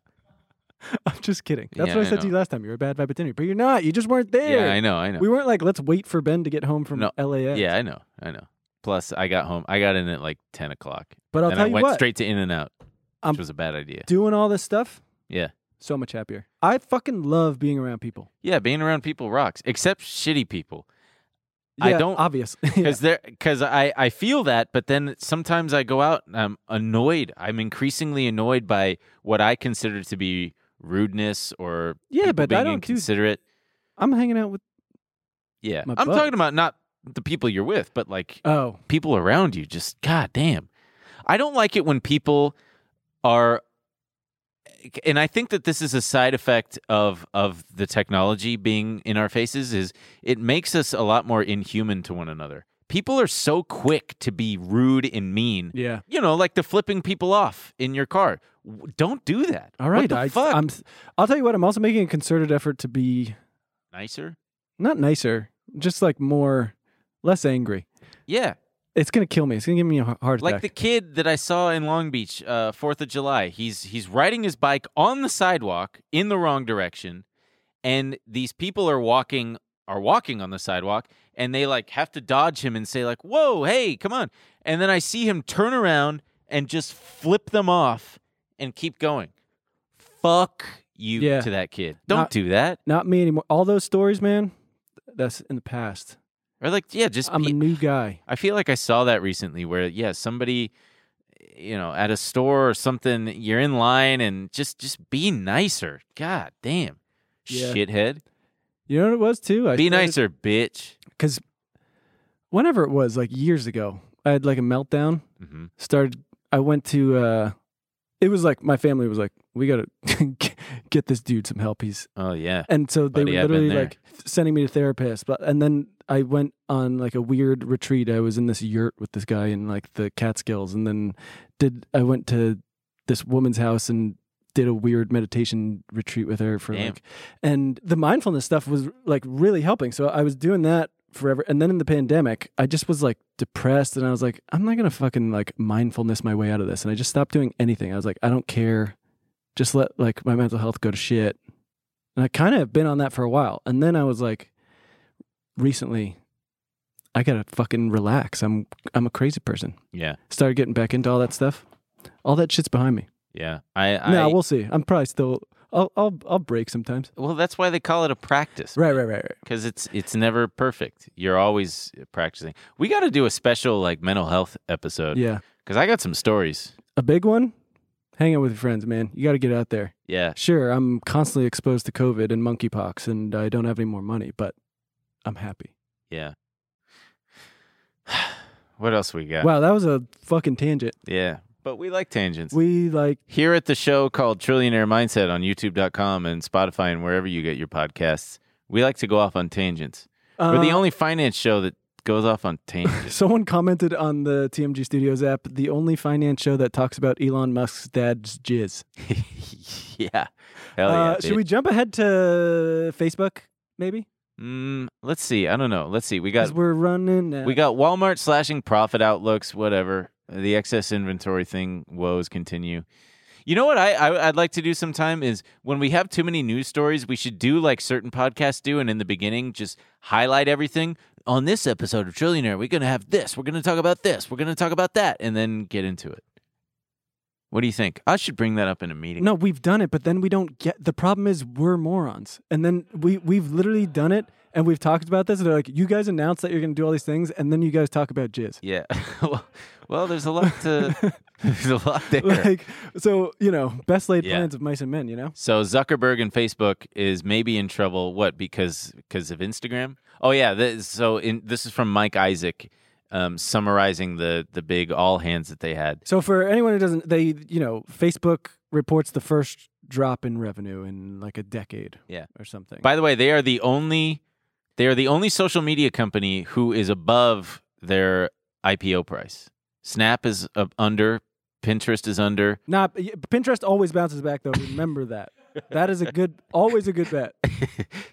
Speaker 1: I'm just kidding. That's
Speaker 3: Yeah,
Speaker 1: what I
Speaker 3: I
Speaker 1: said to
Speaker 3: know.
Speaker 1: you last time. You're a bad vibe at dinner, but you're not. You just weren't there.
Speaker 3: Yeah, I know, I know.
Speaker 1: We weren't like, let's wait for Ben to get home from
Speaker 3: No,
Speaker 1: LAX.
Speaker 3: Yeah, I know, I know. Plus, I got home. I got in at like ten o'clock.
Speaker 1: But I'll
Speaker 3: and
Speaker 1: tell
Speaker 3: I
Speaker 1: you
Speaker 3: went
Speaker 1: what. Um,
Speaker 3: straight to In and Out, which
Speaker 1: I'm
Speaker 3: was a bad idea.
Speaker 1: doing all this stuff.
Speaker 3: Yeah,
Speaker 1: So much happier. I fucking love being around people.
Speaker 3: yeah. Being around people rocks, except shitty people.
Speaker 1: Yeah,
Speaker 3: I don't
Speaker 1: obviously.
Speaker 3: because they're because I I feel that, but then sometimes I go out and I'm annoyed. I'm increasingly annoyed by what I consider to be rudeness or
Speaker 1: Yeah,
Speaker 3: people
Speaker 1: but I don't
Speaker 3: being
Speaker 1: do-
Speaker 3: inconsiderate.
Speaker 1: I'm hanging out with.
Speaker 3: Yeah.
Speaker 1: My
Speaker 3: I'm
Speaker 1: buds.
Speaker 3: talking about not the people you're with, but like
Speaker 1: Oh,
Speaker 3: people around you. Just god damn. I don't like it when people are and I think that this is a side effect of of the technology being in our faces is it makes us a lot more inhuman to one another. People are so quick to be rude and mean.
Speaker 1: yeah.
Speaker 3: You know, like the flipping people off in your car. W- Don't do that.
Speaker 1: All right.
Speaker 3: What the
Speaker 1: I,
Speaker 3: fuck?
Speaker 1: I'm. I'll tell you what. I'm also making a concerted effort to be
Speaker 3: nicer.
Speaker 1: not nicer, just like more, less angry.
Speaker 3: Yeah.
Speaker 1: It's gonna kill me. It's gonna give me a heart attack.
Speaker 3: Like the kid that I saw in Long Beach, uh, Fourth of July. He's he's riding his bike on the sidewalk in the wrong direction, and these people are walking are walking on the sidewalk, and they like have to dodge him and say like, "Whoa, hey, come on!" And then I see him turn around and just flip them off and keep going. Fuck you
Speaker 1: Yeah.
Speaker 3: to that kid. Don't
Speaker 1: Not-
Speaker 3: do that.
Speaker 1: Not me anymore. All those stories, man. That's in the past.
Speaker 3: Or like, yeah, just
Speaker 1: I'm
Speaker 3: be
Speaker 1: a new guy.
Speaker 3: I feel like I saw that recently where yeah, somebody you know, at a store or something, you're in line and just just be nicer. God damn.
Speaker 1: Yeah.
Speaker 3: Shithead.
Speaker 1: You know what it was too? I
Speaker 3: be nicer, bitch.
Speaker 1: Because whenever it was, like years ago, I had like a meltdown.
Speaker 3: Mhm.
Speaker 1: Started, I went to, uh, it was like my family was like, we got to get this dude some help. He's,
Speaker 3: Oh yeah.
Speaker 1: and so they
Speaker 3: Buddy,
Speaker 1: were
Speaker 3: I've been
Speaker 1: literally
Speaker 3: there.
Speaker 1: like sending me to therapists. But, and then I went on like a weird retreat. I was in this yurt with this guy in like the Catskills and then did, I went to this woman's house and did a weird meditation retreat with her for
Speaker 3: Damn.
Speaker 1: like, and the mindfulness stuff was like really helping. So I was doing that forever, and then in the pandemic, I just was like depressed, and I was like, I'm not gonna fucking like mindfulness my way out of this, and I just stopped doing anything. I was like, I don't care, just let like my mental health go to shit, and I kind of have been on that for a while, and then I was like, recently. I gotta fucking relax. I'm I'm a crazy person.
Speaker 3: Yeah.
Speaker 1: Started getting back into all that stuff. All that shit's behind me.
Speaker 3: Yeah. I, I
Speaker 1: No, we'll see. I'm probably still. I'll I'll I'll break sometimes.
Speaker 3: Well, that's why they call it a practice.
Speaker 1: Right, right, right, right.
Speaker 3: Because it's it's never perfect. You're always uh, practicing. We got to do a special like mental health episode.
Speaker 1: Yeah.
Speaker 3: Because I got some stories.
Speaker 1: A big one. Hang out with your friends, man. You got to get out there.
Speaker 3: Yeah.
Speaker 1: Sure, I'm constantly exposed to COVID and monkeypox, and I don't have any more money, but I'm happy.
Speaker 3: Yeah. What else we got?
Speaker 1: Wow, that was a fucking tangent.
Speaker 3: Yeah. But we like tangents.
Speaker 1: We like
Speaker 3: Here at the show called Trillionaire Mindset on YouTube.com and Spotify and wherever you get your podcasts, we like to go off on tangents. We're the
Speaker 1: Uh,
Speaker 3: only finance show that goes off on tangents.
Speaker 1: someone commented on the TMG Studios app, the only finance show that talks about Elon Musk's dad's jizz.
Speaker 3: yeah. Hell yeah.
Speaker 1: uh, should we
Speaker 3: bitch.
Speaker 1: jump ahead to Facebook? Maybe
Speaker 3: Mm, let's see. I don't know. Let's see. We got
Speaker 1: because we're running. out.
Speaker 3: we got Walmart slashing profit outlooks. Whatever. The excess inventory thing. Woes continue. You know what I, I I'd like to do sometime is when we have too many news stories, we should do like certain podcasts do, and in the beginning just highlight everything. On this episode of Trillionaire, we're gonna have this. We're gonna talk about this. We're gonna talk about that, and then get into it. What do you think? I should bring that up in a meeting.
Speaker 1: No, we've done it, but then we don't get. The problem is we're morons, and then we we've literally done it, and we've talked about this. And they're like, you guys announce that you're going to do all these things, and then you guys talk about jizz.
Speaker 3: Yeah. well, well, there's a lot to there's a lot there.
Speaker 1: Like, so you know, best laid
Speaker 3: Yeah.
Speaker 1: plans of mice and men. You know,
Speaker 3: So Zuckerberg and Facebook is maybe in trouble. What? Because because of Instagram? Oh yeah. This, so in, this is from Mike Isaac, um, summarizing the the big all hands that they had.
Speaker 1: so for anyone who doesn't, they you know, Facebook reports the first drop in revenue in like a decade,
Speaker 3: Yeah.
Speaker 1: or something.
Speaker 3: By the way, they are the only they are the only social media company who is above their IPO price. Snap is uh, under. Pinterest is under.
Speaker 1: Not Pinterest always bounces back though. Remember that. That is a good, always a good bet.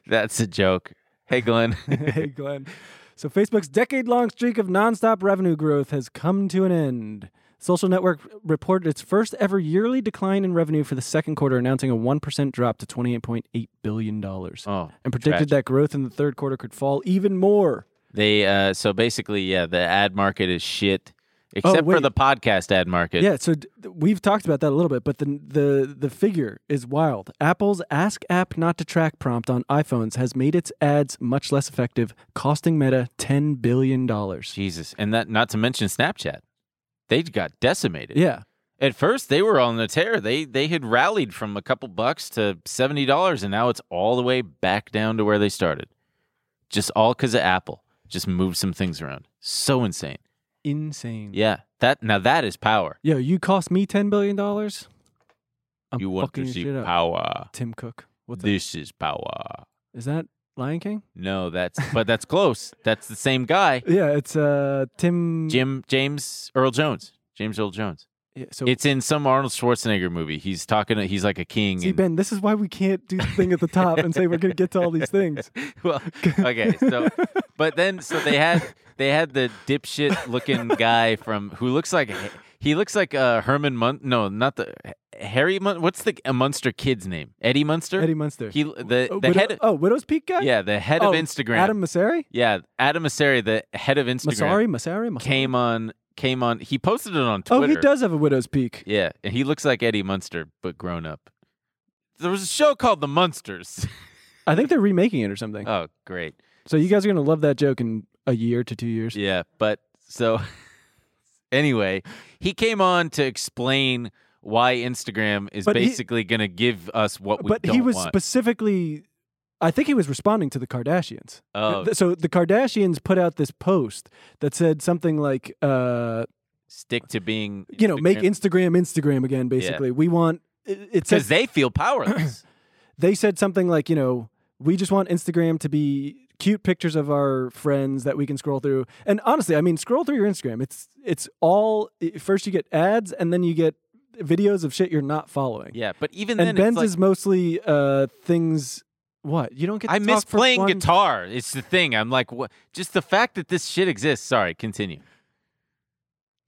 Speaker 3: That's a joke. Hey Glenn.
Speaker 1: hey, Glenn. So, Facebook's decade long streak of nonstop revenue growth has come to an end. Social network reported its first ever yearly decline in revenue for the second quarter, announcing a 1% drop to $28.8 billion and
Speaker 3: oh,
Speaker 1: predicted that growth in the third quarter could fall even more.
Speaker 3: They uh so basically yeah, the ad market is shit
Speaker 1: Oh,
Speaker 3: except for
Speaker 1: wait.
Speaker 3: the podcast ad market.
Speaker 1: Yeah, so d- we've talked about that a little bit, but the the the figure is wild. Apple's Ask App Not to Track prompt on iPhones has made its ads much less effective, costing Meta $10 billion.
Speaker 3: Jesus. And that not to mention Snapchat. They got decimated.
Speaker 1: Yeah.
Speaker 3: At first they were on the tear. They they had rallied from a couple bucks to $70 and now it's all the way back down to where they started. Just all cuz of Apple. Just moved some things around. So insane.
Speaker 1: Insane.
Speaker 3: Yeah. That now that is power.
Speaker 1: Yo, you cost me ten billion dollars. I'm
Speaker 3: you want to
Speaker 1: fucking
Speaker 3: see
Speaker 1: shit up.
Speaker 3: power.
Speaker 1: Tim Cook. What's this?
Speaker 3: This is power.
Speaker 1: Is that Lion King?
Speaker 3: No, that's but that's close. That's the same guy.
Speaker 1: Yeah, it's uh Tim.
Speaker 3: Jim James Earl Jones. James Earl Jones.
Speaker 1: Yeah, so
Speaker 3: It's in some Arnold Schwarzenegger movie. He's talking. To, he's like a king.
Speaker 1: see
Speaker 3: and-
Speaker 1: Ben, this is why we can't do the thing at the top and say we're gonna get to all these things.
Speaker 3: well, okay. So, but then so they had they had the dipshit looking guy from who looks like he looks like uh, Herman Mun. No, not the Harry Mun. What's the a Munster kid's name? Eddie Munster.
Speaker 1: Eddie Munster.
Speaker 3: He the
Speaker 1: oh,
Speaker 3: the
Speaker 1: Widow-
Speaker 3: head. of-
Speaker 1: oh, Widow's Peak guy.
Speaker 3: yeah, the head
Speaker 1: Oh,
Speaker 3: of Instagram.
Speaker 1: Adam Massari.
Speaker 3: yeah, Adam Masseri, the head of Instagram,
Speaker 1: Massari. Massari. Massari.
Speaker 3: came on came on. He posted it on
Speaker 1: Oh,
Speaker 3: Twitter.
Speaker 1: he does have a Widow's Peak.
Speaker 3: Yeah, and he looks like Eddie Munster, but grown up. There was a show called The Munsters.
Speaker 1: I think they're remaking it or something.
Speaker 3: oh, great.
Speaker 1: So you guys are gonna love that joke in a year to two years.
Speaker 3: Yeah, but so anyway, he came on to explain why Instagram is
Speaker 1: But he-
Speaker 3: basically going to give us what we
Speaker 1: but
Speaker 3: don't
Speaker 1: he was
Speaker 3: want.
Speaker 1: specifically i think he was responding to the kardashians Uh,
Speaker 3: Oh.
Speaker 1: Th- so the kardashians put out this post that said something like uh
Speaker 3: Stick to being,
Speaker 1: you know make instagram instagram again basically we want it, it
Speaker 3: because
Speaker 1: says
Speaker 3: they feel powerless.
Speaker 1: they said something like you know we just want instagram to be cute pictures of our friends that we can scroll through and honestly i mean scroll through your instagram it's it's all i- first you get ads and then you get videos of shit you're not following.
Speaker 3: Yeah, but even
Speaker 1: and
Speaker 3: then,
Speaker 1: Ben's
Speaker 3: it's like,
Speaker 1: is mostly uh, things. What you don't get. To
Speaker 3: I
Speaker 1: talk
Speaker 3: miss
Speaker 1: for
Speaker 3: playing
Speaker 1: one-
Speaker 3: guitar. It's the thing. I'm like, what? Just the fact that this shit exists. Sorry, continue.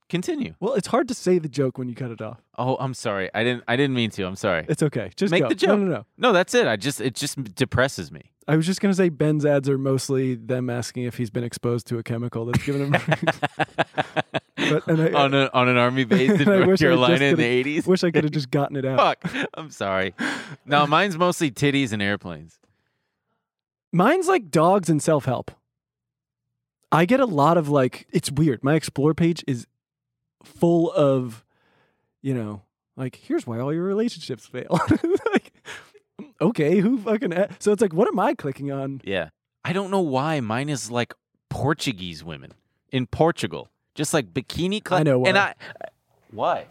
Speaker 3: Continue.
Speaker 1: Well, it's hard to say the joke when you cut it off.
Speaker 3: Oh, I'm sorry. I didn't. I didn't mean to. I'm sorry.
Speaker 1: It's okay. Just
Speaker 3: make
Speaker 1: go.
Speaker 3: the joke.
Speaker 1: No, no, no.
Speaker 3: No, that's it. I just. It just depresses me.
Speaker 1: I was just gonna say Ben's ads are mostly them asking if he's been exposed to a chemical that's given him. But- and I-
Speaker 3: on, a, on an army base in
Speaker 1: And I
Speaker 3: North
Speaker 1: wish I had
Speaker 3: Carolina
Speaker 1: just
Speaker 3: in the
Speaker 1: could've-
Speaker 3: 80s.
Speaker 1: Wish I could have just gotten it out.
Speaker 3: Fuck. I'm sorry. No, mine's mostly titties and airplanes.
Speaker 1: Mine's like dogs and self help. I get a lot of like, it's weird. My explore page is full of, you know, like, here's why all your relationships fail. like, okay, who fucking. a- So it's like, what am I clicking on?
Speaker 3: Yeah. I don't know why mine is like Portuguese women in Portugal, just like bikini clad.
Speaker 1: I know
Speaker 3: And
Speaker 1: why.
Speaker 3: I why?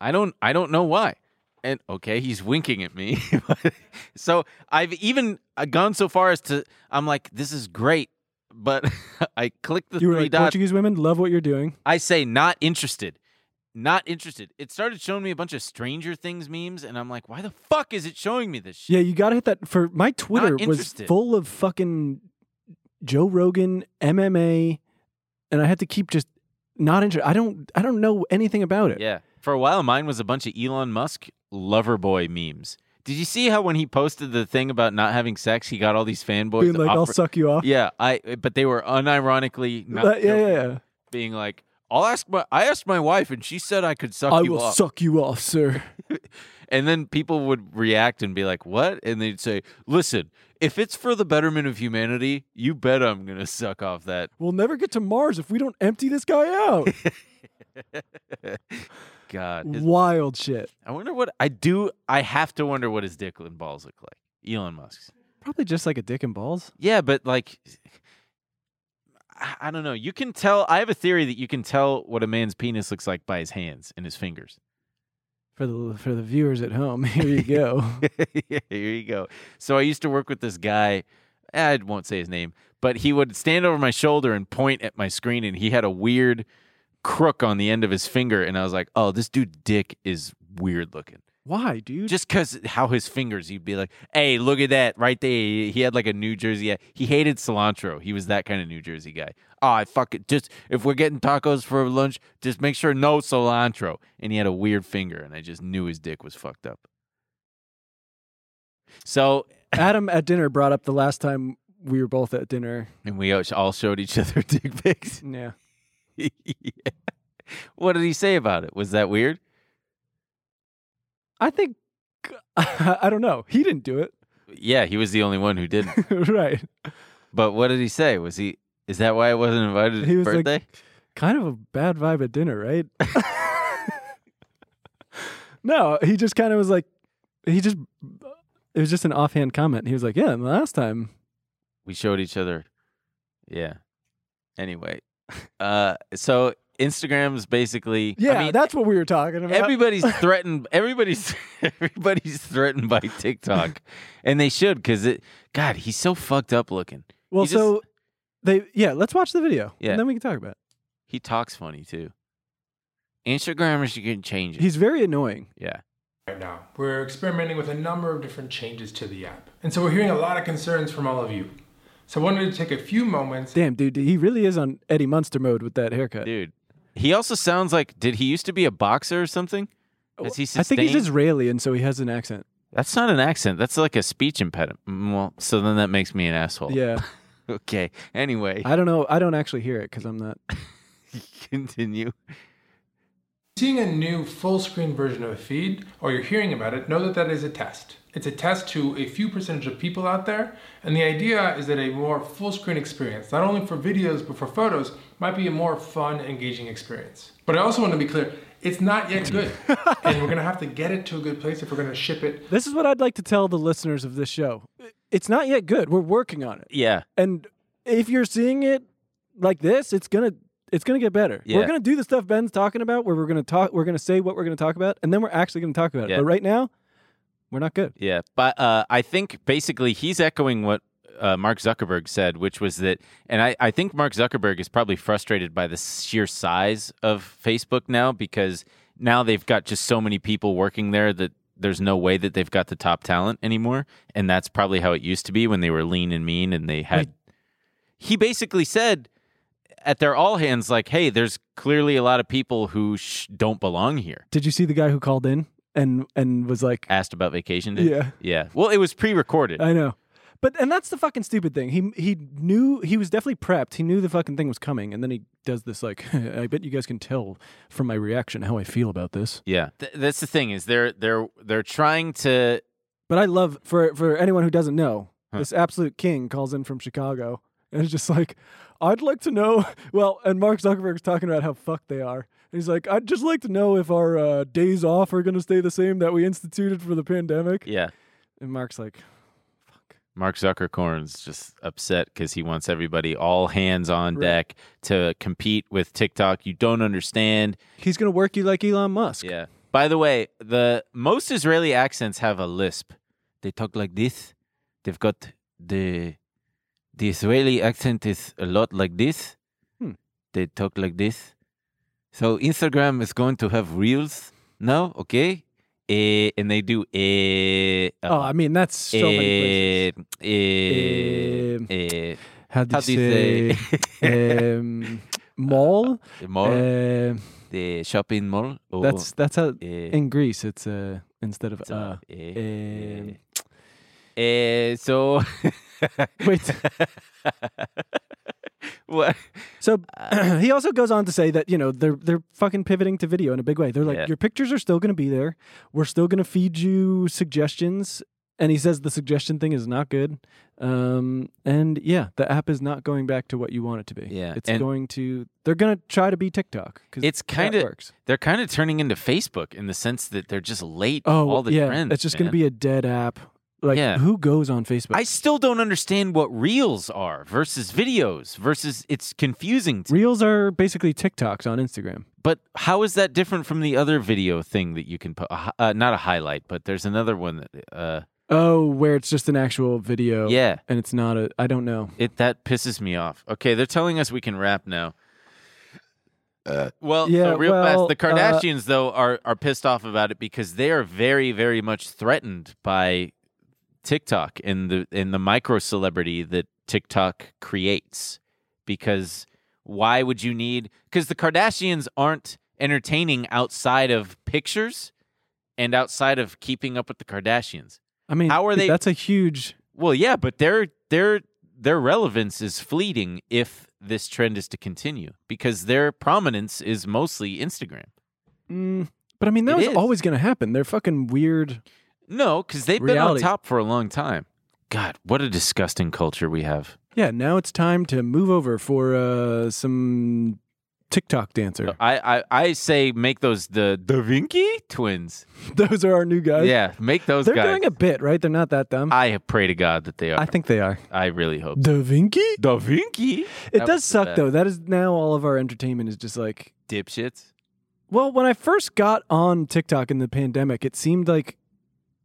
Speaker 3: I don't. I don't know why. And okay, he's winking at me. so I've even uh, gone so far as to I'm like, this is great, but I click the
Speaker 1: You were
Speaker 3: three
Speaker 1: like,
Speaker 3: dots.
Speaker 1: Portuguese women love what you're doing.
Speaker 3: I say not interested. Not interested. It started showing me a bunch of Stranger Things memes, and I'm like, why the fuck is it showing me this shit?
Speaker 1: Yeah, you got to hit that. For my Twitter was
Speaker 3: interested.
Speaker 1: full of fucking Joe Rogan, MMA, and I had to keep just not interested. I don't, I don't know anything about it.
Speaker 3: Yeah. For a while, mine was a bunch of Elon Musk lover boy memes. Did you see how when he posted the thing about not having sex, he got all these fanboys?
Speaker 1: Being like, I'll
Speaker 3: offer-
Speaker 1: suck you off.
Speaker 3: Yeah, I. But they were unironically not.
Speaker 1: That- yeah,
Speaker 3: joking,
Speaker 1: yeah, yeah.
Speaker 3: Being like, I'll ask my. I asked my wife, and she said I could suck
Speaker 1: I
Speaker 3: you
Speaker 1: will
Speaker 3: off.
Speaker 1: suck you off, sir.
Speaker 3: And then people would react and be like, "What?" And they'd say, "Listen, if it's for the betterment of humanity, you bet I'm gonna suck off that."
Speaker 1: We'll never get to Mars if we don't empty this guy out.
Speaker 3: God, his-
Speaker 1: Wild shit.
Speaker 3: I wonder what I do. I have to wonder what his dick and balls look like. Elon Musk's.
Speaker 1: Probably just like a dick and balls.
Speaker 3: Yeah, but like, I- I don't know. You can tell. I have a theory that you can tell what a man's penis looks like by his hands and his fingers.
Speaker 1: For the for the viewers at home, here you go.
Speaker 3: Here you go. So I used to work with this guy. eh, I won't say his name, but he would stand over my shoulder and point at my screen, and he had a weird crook on the end of his finger, and I was like, "Oh, this dude's dick is weird looking."
Speaker 1: Why, dude?
Speaker 3: Just because how his fingers, you'd be like, "Hey, look at that right there." He had like a New Jersey. He hated cilantro. He was that kind of New Jersey guy. Oh, I fuck it. Just if we're getting tacos for lunch, just make sure no cilantro. And he had a weird finger, and I just knew his dick was fucked up. So,
Speaker 1: Adam at dinner brought up the last time we were both at dinner.
Speaker 3: and we all showed each other dick pics.
Speaker 1: Yeah.
Speaker 3: Yeah. What did he say about it? Was that weird?
Speaker 1: I think I don't know. He didn't do it.
Speaker 3: Yeah, he was the only one who didn't.
Speaker 1: right.
Speaker 3: But what did he say? Was he? Is that why I wasn't invited to
Speaker 1: He
Speaker 3: his
Speaker 1: was like-
Speaker 3: birthday?
Speaker 1: Kind of a bad vibe at dinner, right? no, he just kind of was like he just it was just an offhand comment. He was like, "Yeah, and the last time
Speaker 3: we showed each other yeah anyway uh so instagram's basically
Speaker 1: Yeah,
Speaker 3: I mean,
Speaker 1: that's what we were talking about.
Speaker 3: everybody's threatened everybody's everybody's threatened by tiktok and they should because it god he's so fucked up looking
Speaker 1: well,
Speaker 3: he just-
Speaker 1: so they yeah, let's watch the video.
Speaker 3: Yeah.
Speaker 1: and then we can talk about it.
Speaker 3: he talks funny too instagrammers you can change it
Speaker 1: He's very annoying.
Speaker 3: yeah
Speaker 7: right now. We're experimenting with a number of different changes to the app. And so we're hearing a lot of concerns from all of you. So I wanted to take a few moments.
Speaker 1: Damn, dude, he really is on Eddie Munster mode with that haircut.
Speaker 3: dude he also sounds like did he used to be a boxer or something Has
Speaker 1: Oh,
Speaker 3: he
Speaker 1: I think he's
Speaker 3: sustained-
Speaker 1: Israeli, and so he has an accent.
Speaker 3: that's not an accent that's like a speech impediment well so then that makes me an asshole
Speaker 1: Yeah,
Speaker 3: okay anyway
Speaker 1: I don't know. I don't actually hear it because I'm not.
Speaker 3: continue
Speaker 7: Seeing a new full screen version of the feed, or you're hearing about it, know that that is a test. It's a test to a few percentage of people out there, and the idea is that a more full screen experience, not only for videos but for photos, might be a more fun, engaging experience. But I also want to be clear it's not yet good, and we're going to have to get it to a good place if we're going to ship it
Speaker 1: This is what I'd like to tell the listeners of this show. It's not yet good. We're working on it,
Speaker 3: yeah
Speaker 1: and if you're seeing it like this, it's gonna it's gonna get better.
Speaker 3: Yeah.
Speaker 1: We're gonna do the stuff Ben's talking about, where we're gonna talk, we're gonna say what we're gonna talk about, and then we're actually gonna talk about it.
Speaker 3: Yeah.
Speaker 1: But right now, we're not good.
Speaker 3: Yeah, but uh, I think basically he's echoing what uh, Mark Zuckerberg said, which was that, and I, I think Mark Zuckerberg is probably frustrated by the sheer size of Facebook now because now they've got just so many people working there that there's no way that they've got the top talent anymore. And that's probably how it used to be when they were lean and mean and they had. He basically said at their all hands, like, hey, there's clearly a lot of people who sh- don't belong here.
Speaker 1: Did you see the guy who called in and and was like,
Speaker 3: Asked about vacation day.
Speaker 1: Yeah.
Speaker 3: Yeah. Well, it was pre recorded.
Speaker 1: I know. But and that's the fucking stupid thing. He he knew he was definitely prepped. He knew the fucking thing was coming, and then he does this like, I bet you guys can tell from my reaction how I feel about this.
Speaker 3: Yeah. Th- that's the thing is they're they're they're trying to
Speaker 1: But I love for for anyone who doesn't know,
Speaker 3: Huh.
Speaker 1: this absolute king calls in from Chicago and is just like, I'd like to know. Well, and Mark Zuckerberg's talking about how fucked they are. And he's like, I'd just like to know if our uh, days off are going to stay the same that we instituted for the pandemic.
Speaker 3: yeah.
Speaker 1: And Mark's like,
Speaker 3: Mark Zuckerkorn's just upset because he wants everybody all hands on deck to compete with TikTok. You don't understand.
Speaker 1: he's going to work you like Elon Musk.
Speaker 3: Yeah. By the way, the most Israeli accents have a lisp. They talk like this. They've got the the Israeli accent is a lot like this.
Speaker 1: Hmm.
Speaker 3: They talk like this. So Instagram is going to have reels now, okay? Eh, and they do eh, uh,
Speaker 1: Oh, I mean, that's so many
Speaker 3: eh, eh,
Speaker 1: Um,
Speaker 3: eh,
Speaker 1: How do you say? um, mall?
Speaker 3: the mall,
Speaker 1: Uh,
Speaker 3: the shopping mall. or-
Speaker 1: that's that's how
Speaker 3: eh,
Speaker 1: in Greece it's uh, instead of uh,
Speaker 3: eh,
Speaker 1: um,
Speaker 3: eh, so
Speaker 1: Wait.
Speaker 3: what?
Speaker 1: So he also goes on to say that you know they're they're fucking pivoting to video in a big way. They're like
Speaker 3: Yeah.
Speaker 1: your pictures are still going to be there. We're still going to feed you suggestions. And he says the suggestion thing is not good. Um, and yeah, the app is not going back to what you want it to be.
Speaker 3: Yeah,
Speaker 1: it's
Speaker 3: and-
Speaker 1: going to they're going to try to be TikTok because
Speaker 3: It's kind of
Speaker 1: works.
Speaker 3: they're kind of turning into Facebook in the sense that they're just late.
Speaker 1: Oh,
Speaker 3: all the
Speaker 1: yeah,
Speaker 3: trends.
Speaker 1: it's just going
Speaker 3: man.
Speaker 1: to be a dead app. Like
Speaker 3: Yeah.
Speaker 1: who goes on Facebook?
Speaker 3: I still don't understand what reels are versus videos versus it's confusing to
Speaker 1: Reels are basically TikToks on Instagram.
Speaker 3: But how is that different from the other video thing that you can put? Uh, uh, not a highlight, but there's another one that uh,
Speaker 1: Oh, where it's just an actual video.
Speaker 3: Yeah.
Speaker 1: and it's not a. I don't know.
Speaker 3: it that pisses me off. Okay, they're telling us we can rap now. well,
Speaker 1: Yeah,
Speaker 3: so real
Speaker 1: well,
Speaker 3: fast, the
Speaker 1: uh,
Speaker 3: Kardashians though are are pissed off about it because they are very, very much threatened by TikTok and the and the micro celebrity that TikTok creates. Because why would you need? Because the Kardashians aren't entertaining outside of pictures and outside of keeping up with the Kardashians.
Speaker 1: I mean,
Speaker 3: How are
Speaker 1: dude,
Speaker 3: they-
Speaker 1: That's a huge.
Speaker 3: Well, yeah, but their their their relevance is fleeting if this trend is to continue because their prominence is mostly Instagram.
Speaker 1: Mm, but I mean, that
Speaker 3: It
Speaker 1: was
Speaker 3: is.
Speaker 1: always going to happen. They're fucking weird.
Speaker 3: No, because they've
Speaker 1: Reality.
Speaker 3: been on top for a long time. God, what a disgusting culture we have.
Speaker 1: Yeah, now it's time to move over for uh, some TikTok dancer.
Speaker 3: I, I, I say make those the Da Vinci twins.
Speaker 1: Those are our new guys.
Speaker 3: yeah, make those
Speaker 1: they're
Speaker 3: guys.
Speaker 1: doing a bit, right? They're not that dumb.
Speaker 3: I pray to God that they are.
Speaker 1: I think they are.
Speaker 3: I really hope.
Speaker 1: Da Vinci?
Speaker 3: Da Vinci?
Speaker 1: It does suck though. That is now all of our entertainment is just like
Speaker 3: Dipshits.
Speaker 1: Well, when I first got on TikTok in the pandemic, it seemed like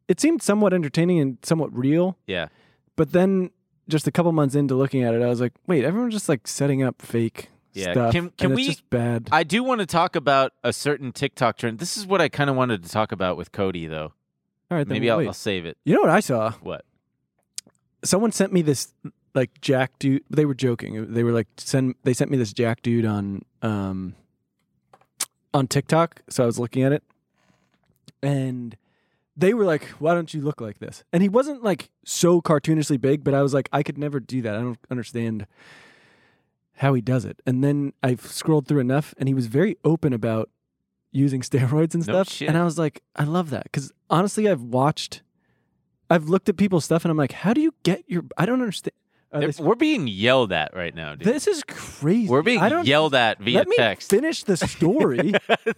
Speaker 1: it seemed somewhat entertaining and somewhat real.
Speaker 3: Yeah.
Speaker 1: But then just a couple months into looking at it, I was like, wait, everyone's just like setting up fake
Speaker 3: Yeah,
Speaker 1: stuff.
Speaker 3: can- can
Speaker 1: and
Speaker 3: we-
Speaker 1: it's just bad.
Speaker 3: I do want to talk about a certain TikTok trend. This is what I kind of wanted to talk about with Cody, though.
Speaker 1: All right, then
Speaker 3: Maybe I'll,
Speaker 1: wait.
Speaker 3: I'll save it.
Speaker 1: You know what I saw?
Speaker 3: What?
Speaker 1: Someone sent me this like Jack dude. They were joking. They were like send. They sent me this Jack dude on um on TikTok. So I was looking at it, and they were like, "Why don't you look like this?" And he wasn't like so cartoonishly big, but I was like, "I could never do that. I don't understand how he does it." And then I scrolled through enough, and he was very open about using steroids and
Speaker 3: No
Speaker 1: stuff.
Speaker 3: shit.
Speaker 1: And I was like, "I love that," because honestly, I've watched, I've looked at people's stuff, and I'm like, "How do you get your? I don't understand." Are
Speaker 3: If-
Speaker 1: they-
Speaker 3: We're being yelled at right now, dude.
Speaker 1: this is crazy.
Speaker 3: We're being
Speaker 1: I don't,
Speaker 3: yelled at via
Speaker 1: Let me
Speaker 3: text.
Speaker 1: finish the story.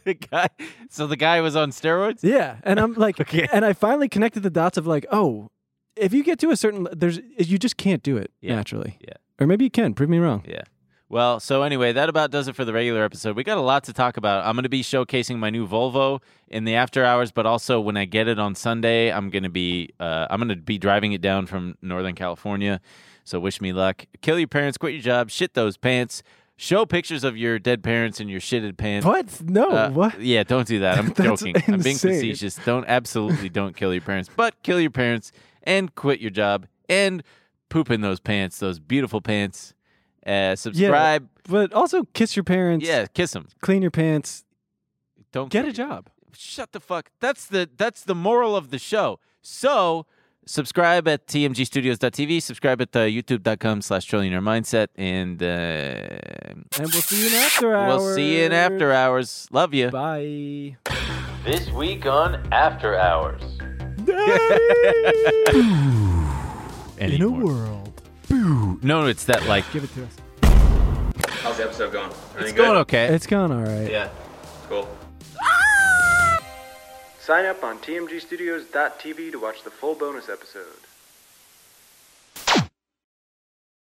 Speaker 3: the guy. So the guy was on steroids.
Speaker 1: Yeah, and I'm like, and I finally connected the dots of like, oh, if you get to a certain, there's you just can't do it
Speaker 3: Yeah,
Speaker 1: naturally.
Speaker 3: yeah.
Speaker 1: Or maybe you can. Prove me wrong.
Speaker 3: Yeah. Well, so anyway, that about does it for the regular episode. We got a lot to talk about. I'm going to be showcasing my new Volvo in the after hours, but also when I get it on Sunday, I'm going to be uh, I'm going to be driving it down from Northern California. So wish me luck. Kill your parents, quit your job, shit those pants, Show pictures of your dead parents in your shitted pants.
Speaker 1: What? No, Oh, what?
Speaker 3: Uh, Yeah, don't do that. I'm
Speaker 1: That's
Speaker 3: joking. I'm being
Speaker 1: insane.
Speaker 3: facetious. Don't absolutely don't kill your parents, but kill your parents and quit your job and poop in those pants, those beautiful pants. Uh, subscribe.
Speaker 1: but also kiss your parents.
Speaker 3: Yeah, kiss them.
Speaker 1: Clean your pants.
Speaker 3: Don't
Speaker 1: get a job.
Speaker 3: Shut the fuck. That's the that's the moral of the show. So subscribe at tmgstudios.tv. Subscribe at uh, youtube.com slash trillionaire mindset. And uh,
Speaker 1: And we'll see you in after hours.
Speaker 3: we'll see you in after hours. Love you.
Speaker 1: Bye.
Speaker 3: This week on After Hours.
Speaker 8: In a world.
Speaker 3: No, it's that like.
Speaker 1: Give it to us.
Speaker 2: How's the episode going? Everything
Speaker 3: It's going
Speaker 2: good?
Speaker 3: okay.
Speaker 1: It's going all right.
Speaker 2: Yeah. Cool.
Speaker 9: Sign up on tmgstudios.tv to watch the full bonus episode.